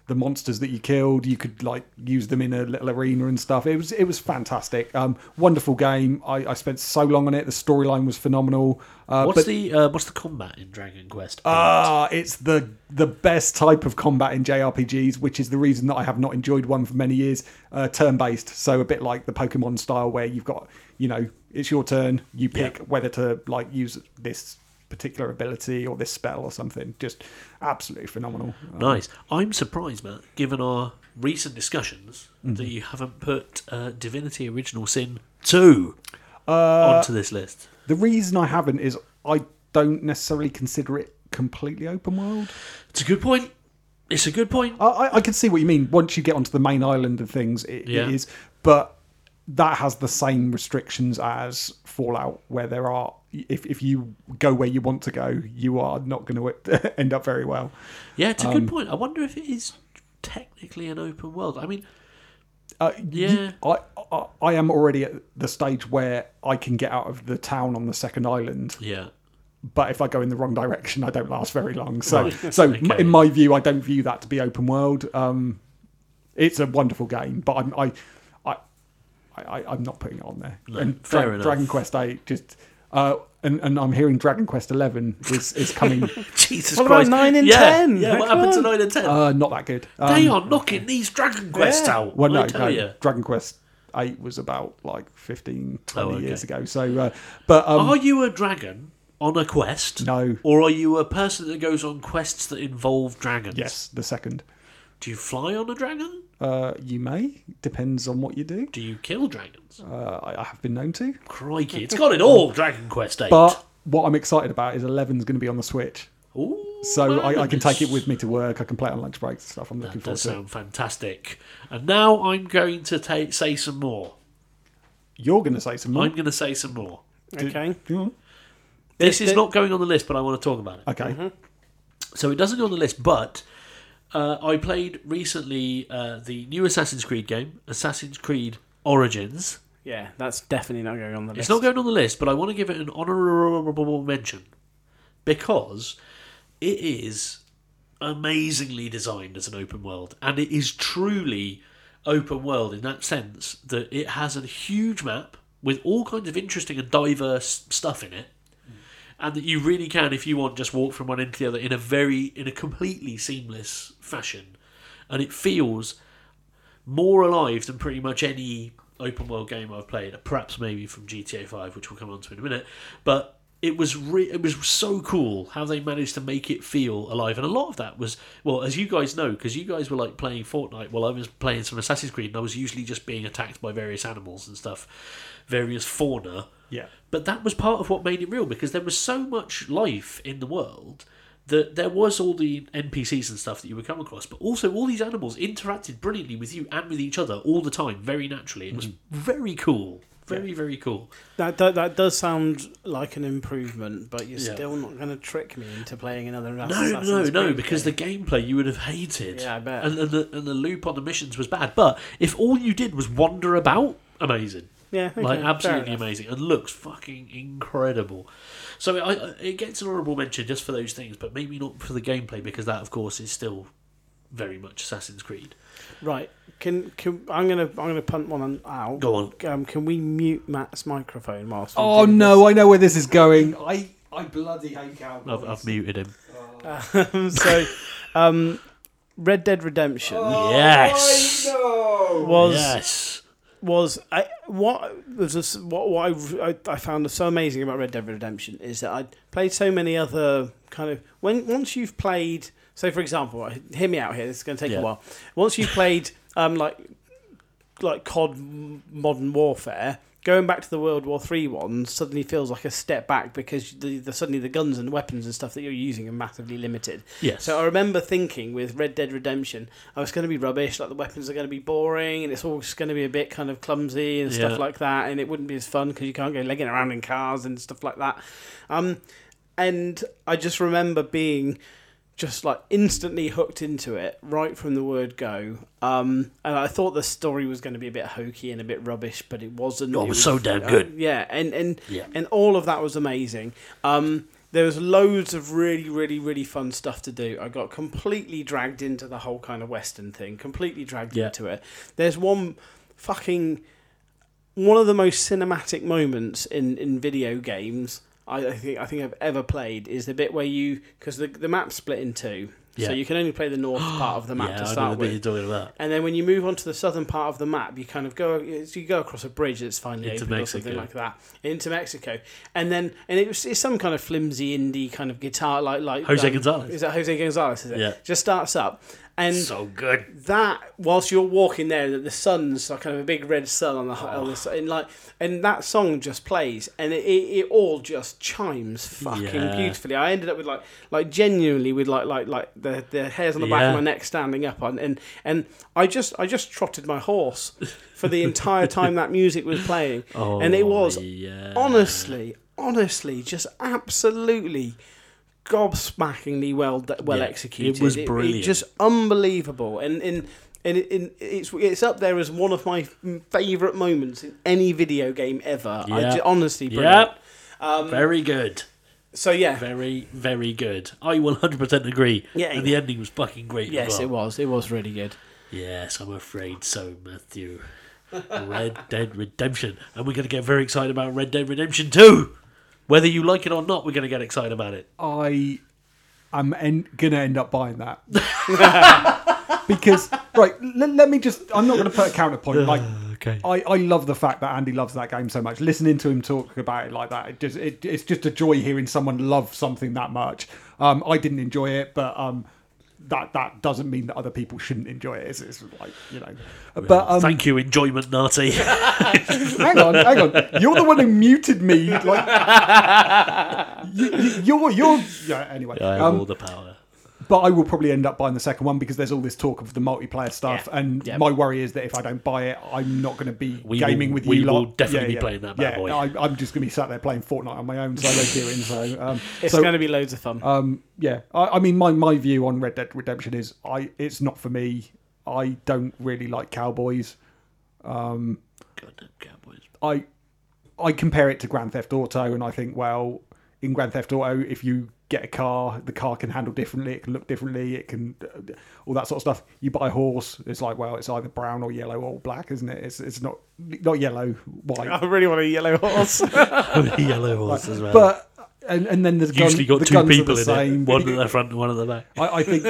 C: the monsters that you killed. You could like use them in a little arena and stuff. It was it was fantastic. Um, wonderful game. I, I spent so long on it. The storyline was phenomenal. Uh,
A: what's
C: but
A: the uh, what's the combat in Dragon Quest?
C: ah, it's the the best type of combat in JRPGs, which is the reason that I have not enjoyed one for many years. Uh, turn based, so a bit like the Pokemon style, where you've got you know it's your turn. You pick whether to like use this particular ability or this spell or something. Just absolutely phenomenal.
A: nice. I'm surprised, Matt, given our recent discussions,
C: Mm-hmm.
A: that you haven't put uh, Divinity: Original Sin two
C: Uh,
A: onto this list.
C: The reason I haven't is I don't necessarily consider it completely open world.
A: It's a good point. It's a good point.
C: I, I, I can see what you mean. Once you get onto the main island and things, it,
A: Yeah.
C: it is. But that has the same restrictions as Fallout, where there are. If, if you go where you want to go, you are not going to end up very well.
A: Yeah, it's a
C: Um,
A: good point. I wonder if it is technically an open world. I mean,
C: Uh,
A: Yeah.
C: you- I, I I am already at the stage where I can get out of the town on the second island
A: yeah.
C: but if I go in the wrong direction, I don't last very long. So,
A: Right.
C: so
A: Okay.
C: in my view, I don't view that to be open world. Um, it's a wonderful game, but I'm I, I, I I'm not putting it on there. and
A: fair enough.
C: Dragon Quest Eight just. Uh, and, and I'm hearing Dragon Quest Eleven is, is coming
A: Jesus
B: What about
A: Christ.
B: nine and
A: yeah,
B: 10?
A: Yeah, what
B: Come
A: happened to
B: on.
A: nine and ten?
C: uh, not that good. Um,
A: they are knocking these Dragon Quests
B: Yeah.
A: out.
C: well, no,
A: I tell
C: no,
A: you.
C: Dragon Quest Eight was about like 15, 20
A: Oh, okay. Oh.
C: years ago. So, uh, but um,
A: Are you a dragon on a quest?
C: No.
A: Or are you a person that goes on quests that involve dragons?
C: yes, the second
A: Do you fly on a dragon?
C: uh, you may depends on what you do.
A: Do you kill dragons?
C: Uh, I, I have been known to.
A: Crikey, it's got it all. Dragon Quest Eight.
C: But what I'm excited about is 11's going to be on the Switch,
A: Ooh,
C: so I, I can
A: madness.
C: take it with me to work. I can play it on lunch breaks and stuff. I'm looking
A: That does
C: forward to.
A: sound
C: it.
A: fantastic. And now I'm going to ta- say some more.
C: You're going to say some more.
A: I'm going to say some more.
B: okay
C: Yeah.
A: This
B: This-
A: is not going on the list, but I want to talk about it.
C: Okay.
A: So it doesn't go on the list, but uh, I played recently uh, the new Assassin's Creed game, Assassin's Creed Origins.
B: Yeah, that's definitely not going on the list.
A: It's not going on the list, but I want to give it an honourable mention because it is amazingly designed as an open world, and it is truly open world in that sense that it has a huge map with all kinds of interesting and diverse stuff in it. And that you really can, if you want, just walk from one end to the other in a very, in a completely seamless fashion. And it feels more alive than pretty much any open world game I've played. Perhaps maybe from GTA Five, which we'll come on to in a minute. But it was re- it was so cool how they managed to make it feel alive, and a lot of that was well, as you guys know, because you guys were like playing Fortnite while I was playing some Assassin's Creed, and I was usually just being attacked by various animals and stuff, various fauna.
C: Yeah.
A: But that was part of what made it real because there was so much life in the world that there was all the NPCs and stuff that you would come across, but also all these animals interacted brilliantly with you and with each other all the time, very naturally. It was
B: Mm-hmm.
A: very cool. Very, very cool.
B: That, that that does sound like an improvement, but you're
A: Yeah.
B: still not going to trick me into playing another.
A: No, no, no, because the gameplay you would have hated.
B: Yeah, I bet.
A: And, and, the, and the loop on the missions was bad. But if all you did was wander about, amazing.
B: yeah, okay,
A: like
B: fair
A: absolutely
B: enough.
A: amazing and looks fucking incredible. So it, I- it gets an honourable mention just for those things, but maybe not for the gameplay because that, of course, is still very much Assassin's Creed.
B: Right? Can can I'm gonna I'm gonna punt one on- out.
A: Go on.
B: Um, can we mute Matt's microphone whilst? we
C: Oh
B: do
C: no, I know where this is going. I I bloody hate cowboys.
A: I've, I've muted him.
B: this? so, um, Red Dead Redemption
A: Oh, yes.
B: was
A: Yes.
B: was I what was this, what what I, I I found so amazing about Red Dead Redemption is that I played so many other kind of when once you've played. So, for example, hear me out here. This is going to take
A: Yeah.
B: a while. Once you've played um like like COD Modern Warfare. Going back to the World War Three one suddenly feels like a step back because the, the suddenly the guns and weapons and stuff that you're using are massively limited.
A: Yes.
B: So I remember thinking with Red Dead Redemption, oh, it's going to be rubbish. Like the weapons are going to be boring, and it's all just going to be a bit kind of clumsy and
A: Yeah.
B: stuff like that, and it wouldn't be as fun because you can't go legging around in cars and stuff like that. Um, and I just remember being just like instantly hooked into it right from the word go. Um, and I thought the story was going to be a bit hokey and a bit rubbish, but it wasn't.
A: Oh, it was so damn good.
B: yeah, and and
A: Yeah.
B: and all of that was amazing. Um, there was loads of really, really, really fun stuff to do. I got completely dragged into the whole kind of Western thing, completely dragged
A: Yeah.
B: into it. There's one fucking one of the most cinematic moments in, in video games I, I think I think I've ever played is the bit where you because the the map's split in two,
A: Yeah.
B: so you can only play the north part of the map
A: yeah,
B: to
A: I
B: start
A: know the
B: with.
A: bit you're talking about.
B: And then when you move on to the southern part of the map, you kind of go it's- you go across a bridge that's finally
A: Into
B: open or something
A: Mexico.
B: like that into Mexico, and then and it was, it's some kind of flimsy indie kind of guitar like like um,
A: Jose Gonzalez.
B: Is that Jose Gonzalez? Is it?
A: Yeah.
B: Just starts up, and
A: So good.
B: that whilst you're walking there, that the sun's like kind of a big red sun on the, on
A: Oh.
B: the and like and that song just plays and it, it, it all just chimes fucking
A: Yeah.
B: beautifully. I ended up with like like genuinely with like like like the, the hairs on the back
A: Yeah.
B: of my neck standing up on and and I just I just trotted my horse for the entire time that music was playing
A: Oh,
B: and it was
A: yeah.
B: honestly, honestly, just absolutely gobsmackingly well well
A: Yeah, it
B: executed.
A: was brilliant.
B: just unbelievable, and and and it, and it's it's up there as one of my favourite moments in any video game ever. I
A: Yeah.
B: ju- honestly, brilliant. Um,
A: Yep. very good.
B: So yeah,
A: Very, very good. I 100% agree.
B: Yeah,
A: and the ending was fucking great. as
B: yes,
A: well.
B: it was. It was really good.
A: Yes, I'm afraid so, Matthew. Red Dead Redemption. And we're going to get very excited about Red Dead Redemption 2. Whether you like it or not, we're going to get excited about it.
C: I am en- gonna end up buying that because right. L- let me just. I'm not gonna put a counterpoint. Like
A: Okay.
C: I, I love the fact that Andy loves that game so much. Listening to him talk about it like that, it just it, it's just a joy hearing someone love something that much. Um, I didn't enjoy it, but um, that that doesn't mean that other people shouldn't enjoy it. It's, it's like you know, but um,
A: Thank you, enjoyment, Narty.
C: hang on, hang on. You're the one who muted me. Like, you, are you're. Yeah, anyway.
A: I have
C: Um,
A: all the power.
C: but I will probably end up buying the second one because there's all this talk of the multiplayer stuff,
B: Yeah.
C: and
B: Yeah.
C: my worry is that if I don't buy it, I'm not going to be
A: We
C: gaming
A: will-
C: with
A: we
C: you. lot.
A: will definitely be playing that bad
C: yeah,
A: boy.
C: I, I'm just going to be sat there playing Fortnite on my own solo queuing. So, um,
B: It's
C: so
B: going to be loads of
A: Uh,
B: fun.
C: um, yeah, I, I mean, my my view on Red Dead Redemption is I it's not for me. I don't really like cowboys.
A: Goddamn cowboys.
C: I I compare it to Grand Theft Auto, and I think, well, in Grand Theft Auto, if you get a car, the car can handle differently, it can look differently, it can uh, all that sort of stuff. You buy a horse, it's like, well, it's either brown or yellow or black, isn't it? It's it's not not yellow, white.
B: I really want a yellow horse.
A: yellow horse as well.
C: But and, and then there's
A: usually
C: gun,
A: got
C: the
A: two
C: guns are
A: people
C: the
A: in
C: same.
A: it, one at the front and one at the back.
C: I, I think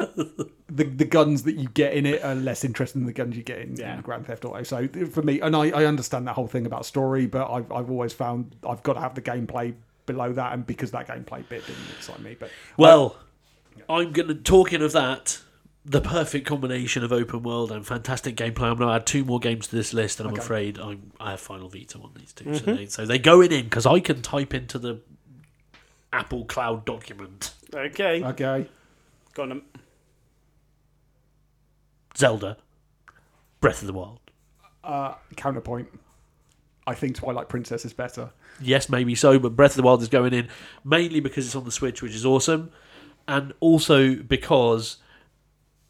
C: the the guns that you get in it are less interesting than the guns you get in,
B: Yeah.
C: in Grand Theft Auto. So for me, and I, I understand that whole thing about story, but I've I've always found I've got to have the gameplay below that, and because that gameplay bit didn't excite me. But
A: Well, I'm gonna talking of that. The perfect combination of open world and fantastic gameplay. I'm going to add two more games to this list, and I'm afraid I'm, I have Final Veto on these 2 So, they, so they're going in because I can type into the Apple Cloud document
B: okay.
C: uh,
B: um,
C: okay,
B: Got him.
A: Zelda, Breath of the Wild.
C: uh, counterpoint. I think Twilight Princess is better.
A: Yes, maybe so, but Breath of the Wild is going in mainly because it's on the Switch, which is awesome, and also because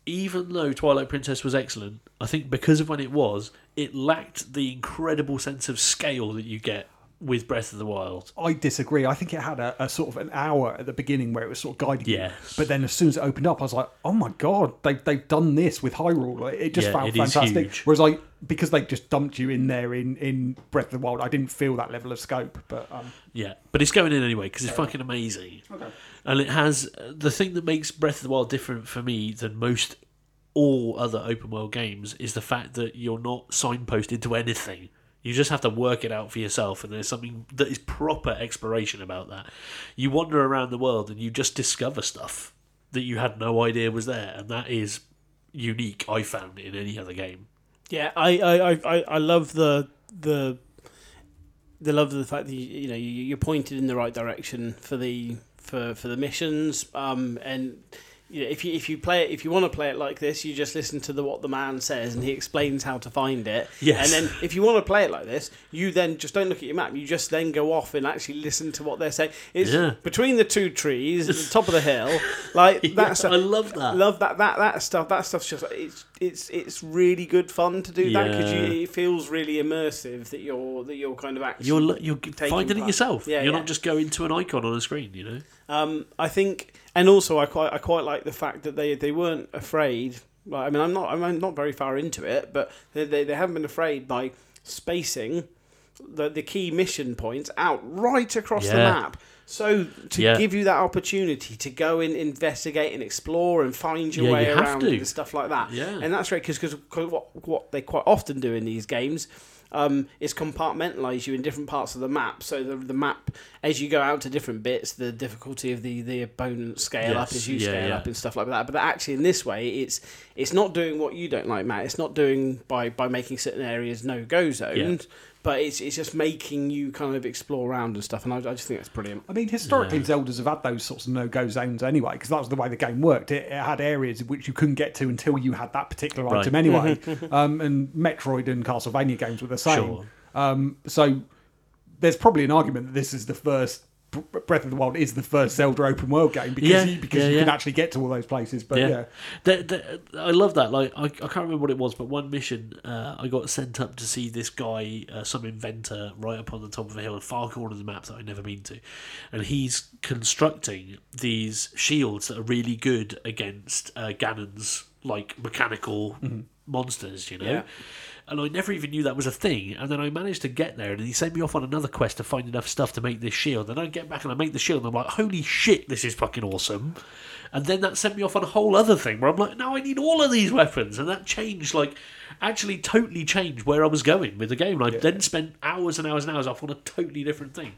A: even though Twilight Princess was excellent, I think because of when it was, it lacked the incredible sense of scale that you get with Breath of the Wild.
C: I disagree. I think it had a, a sort of an hour at the beginning where it was sort of guiding you.
A: Yes.
C: But then as soon as it opened up, I was like, oh my God, they've, they've done this with Hyrule. Like, It just
A: Yeah,
C: felt
A: it is
C: fantastic.
A: huge.
C: Whereas, like, because they just dumped you in there in, in Breath of the Wild, I didn't feel that level of scope. But um,
A: Yeah, but it's going in anyway because it's fucking amazing. Okay. And it has the thing that makes Breath of the Wild different for me than most all other open world games is the fact that you're not signposted to anything. You just have to work it out for yourself, and there's something that is proper exploration about that. You wander around the world and you just discover stuff that you had no idea was there, and that is unique. I found in any other game.
B: Yeah, I, I, I- I, I love the the the love of the fact that you, you know you, you're pointed in the right direction for the for, for the missions. Um, and you know, if you if you play it if you want to play it like this, you just listen to the what the man says and he explains how to find it.
A: Yes.
B: And then if you want to play it like this, you then just don't look at your map. You just then go off and actually listen to what they're saying. It's
A: Yeah.
B: between the two trees, at the top of the hill, like
A: Yeah,
B: that's. a-
A: I love that.
B: love that that that stuff. That stuff's just it's it's it's really good fun to do that 'cause that
A: Yeah.
B: because it feels really immersive that you're that you're kind of actually.
A: you're lo- you're finding it
B: part.
A: yourself.
B: Yeah,
A: you're
B: yeah.
A: not just going to an icon on a screen. You know.
B: um, I think, and also I quite I quite like the fact that they they weren't afraid. Like, I mean, I'm not I'm not very far into it, but they they, they haven't been afraid by spacing the the key mission points out right across the
A: Yeah.
B: map. So to
A: Yeah.
B: give you that opportunity to go and investigate and explore and find your
A: Yeah,
B: way
A: you have
B: around
A: to.
B: and stuff like that.
A: Yeah.
B: And that's right because what what they quite often do in these games um, is compartmentalize you in different parts of the map. So the, the map, as you go out to different bits, the difficulty of the the opponent scale up
A: Yes,
B: as you
A: yeah,
B: scale
A: yeah.
B: up and stuff like that. But actually, in this way, it's it's not doing what you don't like, Matt. It's not doing by by making certain areas no go zones. But it's, it's just making you kind of explore around and stuff, and I, I just think that's brilliant.
C: I mean, historically, Zeldas have had those sorts of no go zones anyway, because that was the way the game worked. It, it had areas which you couldn't get to until you had that particular
A: Right. Mm-hmm.
C: item anyway. um, and Metroid and Castlevania games were the same.
A: Sure.
C: Um, so there's probably an argument that this is the first. Breath of the Wild is the first Zelda open world game because
A: Yeah,
C: you, because
A: yeah,
C: you can
A: yeah.
C: actually get to all those places. But yeah,
A: yeah, The- the- I love that. Like, I, I can't remember what it was, but one mission, uh, I got sent up to see this guy, uh, some inventor, right up on the top of a hill, a far corner of the map that I'd never been to, and he's constructing these shields that are really good against uh, Ganon's like mechanical monsters, you know.
B: Yeah.
A: And I never even knew that was a thing. And then I managed to get there, and he sent me off on another quest to find enough stuff to make this shield. And I get back and I make the shield, and I'm like, holy shit, this is fucking awesome. And then that sent me off on a whole other thing where I'm like, now I need all of these weapons. And that changed, like, actually totally changed where I was going with the game. And I then spent hours and hours and hours off on a totally different thing.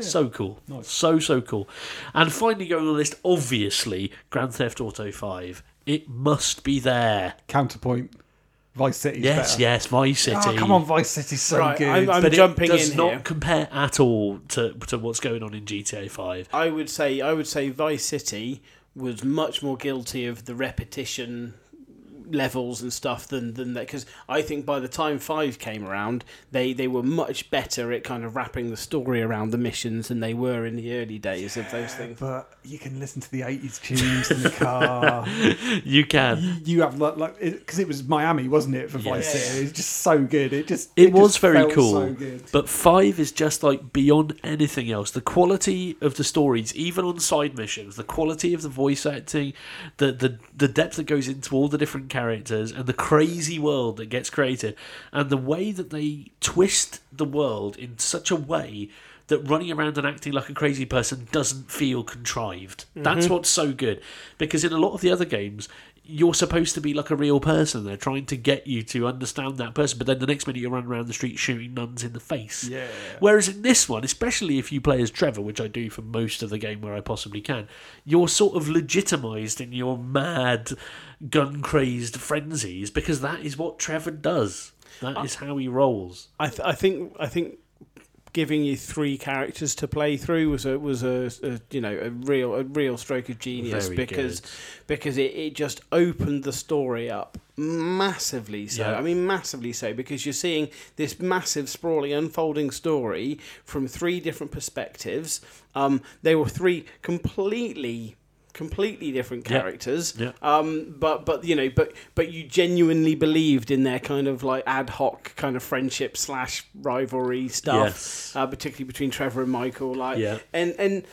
A: So cool. So, so cool. And finally, going on the list, obviously, Grand Theft Auto 5. It must be there.
C: counterpoint, Vice City.
A: Yes,
C: better.
A: yes, Vice City.
C: Ah, come on, Vice City's so
B: Right,
C: good.
B: I'm- I'm-
A: but
B: jumping
A: it does
B: in
A: not
B: here.
A: compare at all to, to what's going on in GTA 5.
B: I would say I would say Vice City was much more guilty of the repetition levels and stuff than than that because I think by the time five came around, they they were much better at kind of wrapping the story around the missions than they were in the early days of those things.
C: But you can listen to the 80s tunes in the car.
A: You can.
C: you, you have, like, like because it, was Miami, wasn't it, for Vice
B: Yeah.
C: City? It was just so good. It just
A: It, was
C: just
A: very
C: felt
A: cool,
C: so good.
A: but five is just like beyond anything else. The quality of the stories, even on side missions, the quality of the voice acting, the the the depth that goes into all the different characters, and the crazy world that gets created, and the way that they twist the world in such a way that running around and acting like a crazy person doesn't feel contrived. That's
B: Mm-hmm.
A: what's so good, because in a lot of the other games, you're supposed to be like a real person. They're trying to get you to understand that person, but then the next minute you run around the street shooting nuns in the face.
C: Yeah.
A: Whereas in this one, especially if you play as Trevor, which I do for most of the game where I possibly can, you're sort of legitimized in your mad, gun crazed frenzies because that is what Trevor does.
B: Uh,
A: That is how he rolls.
B: I, th- I think I think giving you three characters to play through was a was a, a you know a real a real stroke of genius
A: Very
B: because
A: good.
B: because it, it just opened the story up massively so
A: Yeah.
B: i mean massively so because you're seeing this massive sprawling unfolding story from three different perspectives um, they were three completely completely different
A: Yeah.
B: characters
A: Yeah.
B: um, but but you know, but but you genuinely believed in their kind of like ad hoc kind of friendship slash rivalry stuff,
A: Yes.
B: uh, particularly between Trevor and Michael. Like,
A: Yeah.
B: and and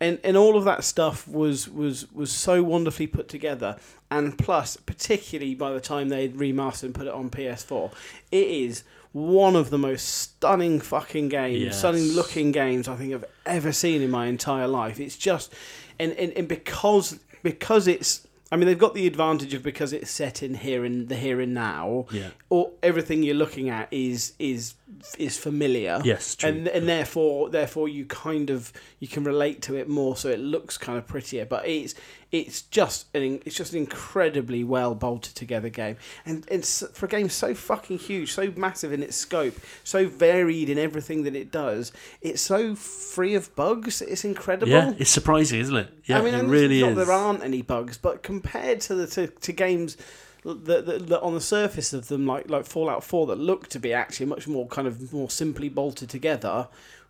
B: and and all of that stuff was was was so wonderfully put together. And plus, particularly by the time they remastered and put it on PS4, it is one of the most stunning fucking games,
A: Yes.
B: stunning looking games I think I've ever seen in my entire life. It's just, and and, and because because it's. I mean, they've got the advantage of because it's set in here and the here and now.
A: Yeah.
B: Or everything you're looking at is is is familiar.
A: Yes, true.
B: And and therefore therefore you kind of you can relate to it more, so it looks kind of prettier. But it's it's just an in- it's just an incredibly well bolted together game, and it's for a game so fucking huge, so massive in its scope, so varied in everything that it does. It's so free of bugs. It's incredible.
A: Yeah, it's surprising, isn't it? Yeah,
B: I mean,
A: it
B: and
A: really
B: not
A: is.
B: that there aren't any bugs, but compared to the to, to games that, that, that on the surface of them, like like Fallout Four, that look to be actually much more kind of more simply bolted together.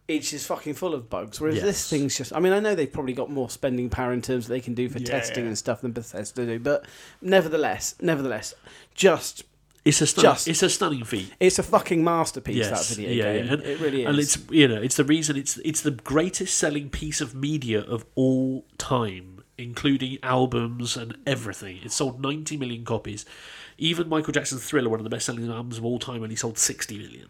B: It's just fucking full of bugs. Whereas
A: Yes.
B: this thing's just. I mean, I know they've probably got more spending power in terms that they can do for
C: Yeah.
B: testing and stuff than Bethesda do, but nevertheless, nevertheless, just
A: It's a stunning,
B: just-
A: it's a stunning feat.
B: it's a fucking masterpiece.
A: Yes,
B: that video
A: yeah,
B: game,
A: yeah, and-
B: it really is.
A: And it's you know it's the reason it's it's the greatest selling piece of media of all time, including albums and everything. It sold 90 million copies. Even Michael Jackson's Thriller, one of the best selling albums of all time, only sold 60 million.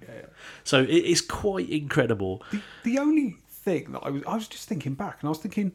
A: So it is quite incredible.
C: The, the only thing that I was, I was just thinking back, and I was thinking,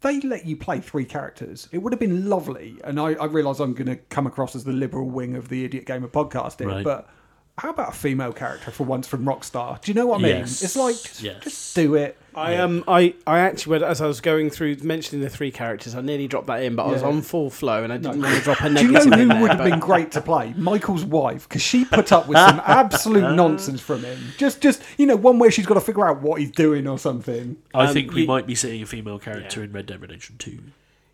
C: they let you play three characters. It would have been lovely, and I, I realise I'm going to come across as the liberal wing of the idiot gamer podcasting,
A: Right.
C: but how about a female character for once from Rockstar? Do you know what I mean?
A: Yes.
C: It's like just,
A: Yes.
C: just do it.
B: I um I, I actually went as I was going through mentioning the three characters, I nearly dropped that in, but I was
C: Yeah.
B: on full flow and I didn't want to drop a
C: Do you know
B: negative. in
C: who
B: there,
C: would have
B: but-
C: been great to play? Michael's wife, because she put up with some absolute nonsense from him. Just, just you know, one where she's got to figure out what he's doing or something.
A: I
B: Um,
A: think we
B: you-
A: might be seeing a female character in Red Dead Redemption 2.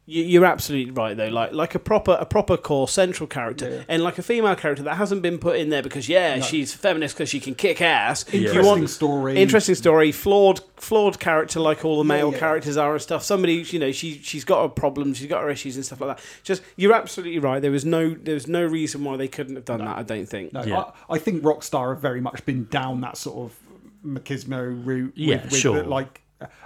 B: You, you're absolutely right though. Like like a proper a proper core central character
C: Yeah.
B: and like a female character that hasn't been put in there because yeah she's feminist because she can kick ass.
C: Interesting
B: You want
C: story.
B: interesting story, flawed flawed character like all the male
C: yeah.
B: characters are and stuff. Somebody who's, you know she she's got her problems, she's got her issues and stuff like that. Just you're absolutely right. There was no there was no reason why they couldn't have done that. I don't think.
C: No,
A: Yeah.
C: I, I think Rockstar have very much been down that sort of machismo route.
A: Yeah, sure.
C: the, like,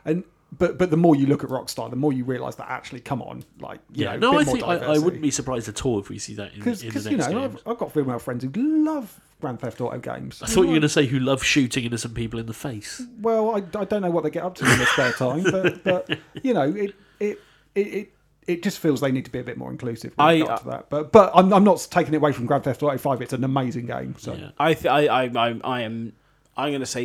C: and but but the more you look at Rockstar, the more you realise that actually, come on, like, you
A: Yeah,
C: know,
A: no,
C: a
A: I
C: bit more
A: think I, I
C: diversity.
A: wouldn't be surprised at all if we see that in, in the next
C: because you know
A: game.
C: I've, I've got female friends who love Grand Theft Auto games.
A: I thought you were going to say who loves shooting innocent people in the face.
C: Well, I, I don't know what they get up to in their spare time, but but you know it it it. it it just feels they need to be a bit more inclusive when
B: I-
C: it
A: uh,
C: comes to that. But but I'm, I'm not taking it away from Grand Theft Auto 5. It's an amazing game. So
A: Yeah.
B: I, th- I, I, I, I am. I'm going to say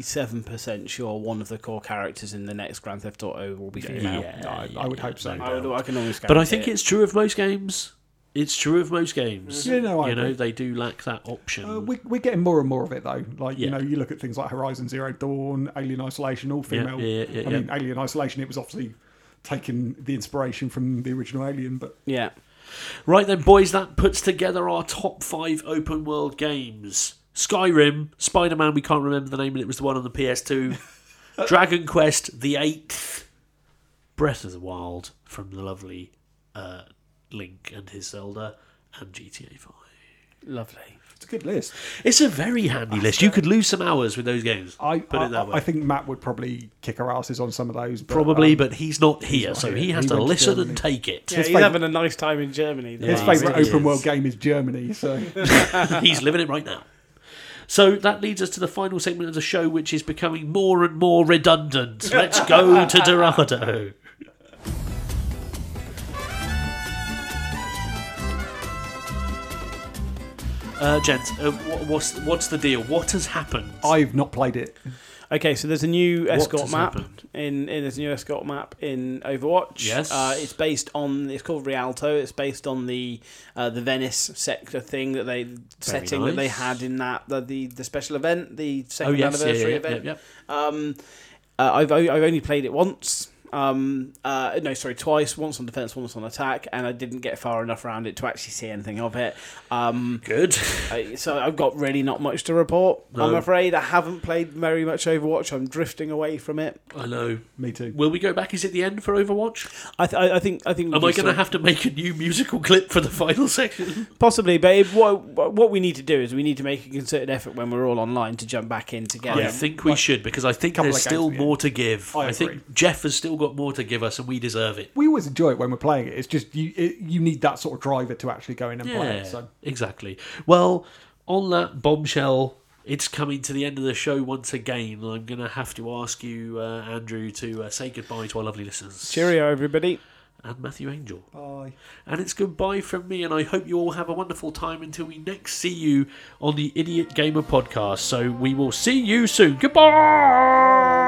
B: 97% sure one of the core characters in the next Grand Theft Auto will be female.
C: I- I would hope so.
B: I, would, I can always
A: But I
B: guarantee
A: think
B: it.
A: it's true of most games. It's true of most games.
C: Yeah, no, I
A: you know
C: agree.
A: they do lack that option.
C: Uh, we, we're getting more and more of it though. Like you
A: Yeah.
C: know, you look at things like Horizon Zero Dawn, Alien Isolation, all female.
A: yeah, yeah,
C: I
A: yeah.
C: mean, Alien Isolation. It was obviously taking the inspiration from the original Alien, but
B: Yeah.
A: Right then, boys, that puts together our top five open world games Skyrim, Spider Man, we can't remember the name, and it was the one on the PS2, Dragon Quest, the eighth, Breath of the Wild from the lovely uh, Link and his Zelda, and GTA 5.
B: Lovely.
C: It's a good list.
A: It's a very handy list. You could lose some hours with those games.
C: I
A: put
C: I,
A: it that way.
C: I think Matt would probably kick our asses on some of those. But,
A: Probably,
C: um,
A: but he's not here,
C: not
A: so
C: here.
A: he has
C: He
A: to
C: went to
A: listen and
C: Germany.
A: take it.
B: Yeah, he's
C: fav-
B: having a nice time in Germany. though.
C: his
A: Yeah,
C: favourite
A: it
C: open
A: is.
C: world game is Germany. So
A: He's living it right now. So that leads us to the final segment of the show, which is becoming more and more redundant. Let's go to Dorado. Uh, gents, uh, wha- what's what's the deal? What has happened?
C: I've not played it.
B: Okay, so there's a new escort
A: has
B: map
A: happened?
B: in, in there's a new escort map in Overwatch.
A: Yes.
B: uh, it's based on it's called Rialto. It's based on the uh, the Venice sector thing that they setting that they
A: nice.
B: had in that the the, the special event, the
A: oh
B: second
A: yes, yeah,
B: anniversary
A: yeah, yeah,
B: event.
A: yeah,
B: Um, uh, I've o- I've only played it once. Um, uh, no, sorry, twice. Once on defense, once on attack, and I didn't get far enough around it to actually see anything of it. Um,
A: Good.
B: I, so I've got really not much to report. I'm
A: No.
B: afraid I haven't played very much Overwatch. I'm drifting away from it.
A: I know.
C: Me too.
A: Will we go back? Is it the end for Overwatch?
B: I, th- I, I think I think. we
A: Am I going
B: can
A: to
B: sort-
A: have to make a new musical clip for the final section?
B: possibly? But if- what what we need to do is we need to make a concerted effort when we're all online to jump back in together.
A: I think we should because I think
C: Couple
A: there's
C: of games,
A: still
C: yeah.
A: more to give.
C: I
A: I,
C: agree.
A: think Jeff has still got more to give us, and we deserve it.
C: We always enjoy it when we're playing it. It's just you it, you need that sort of driver to actually go in and play
A: Yeah,
C: it. So
A: exactly. Well, on that bombshell, it's coming to the end of the show once again. and I'm going to have to ask you, uh, Andrew, to uh, say goodbye to our lovely listeners.
B: Cheerio, everybody.
A: And Matthew Angel.
C: bye.
A: And it's goodbye from me, and I hope you all have a wonderful time until we next see you on the Idiot Gamer podcast. So we will see you soon. Goodbye!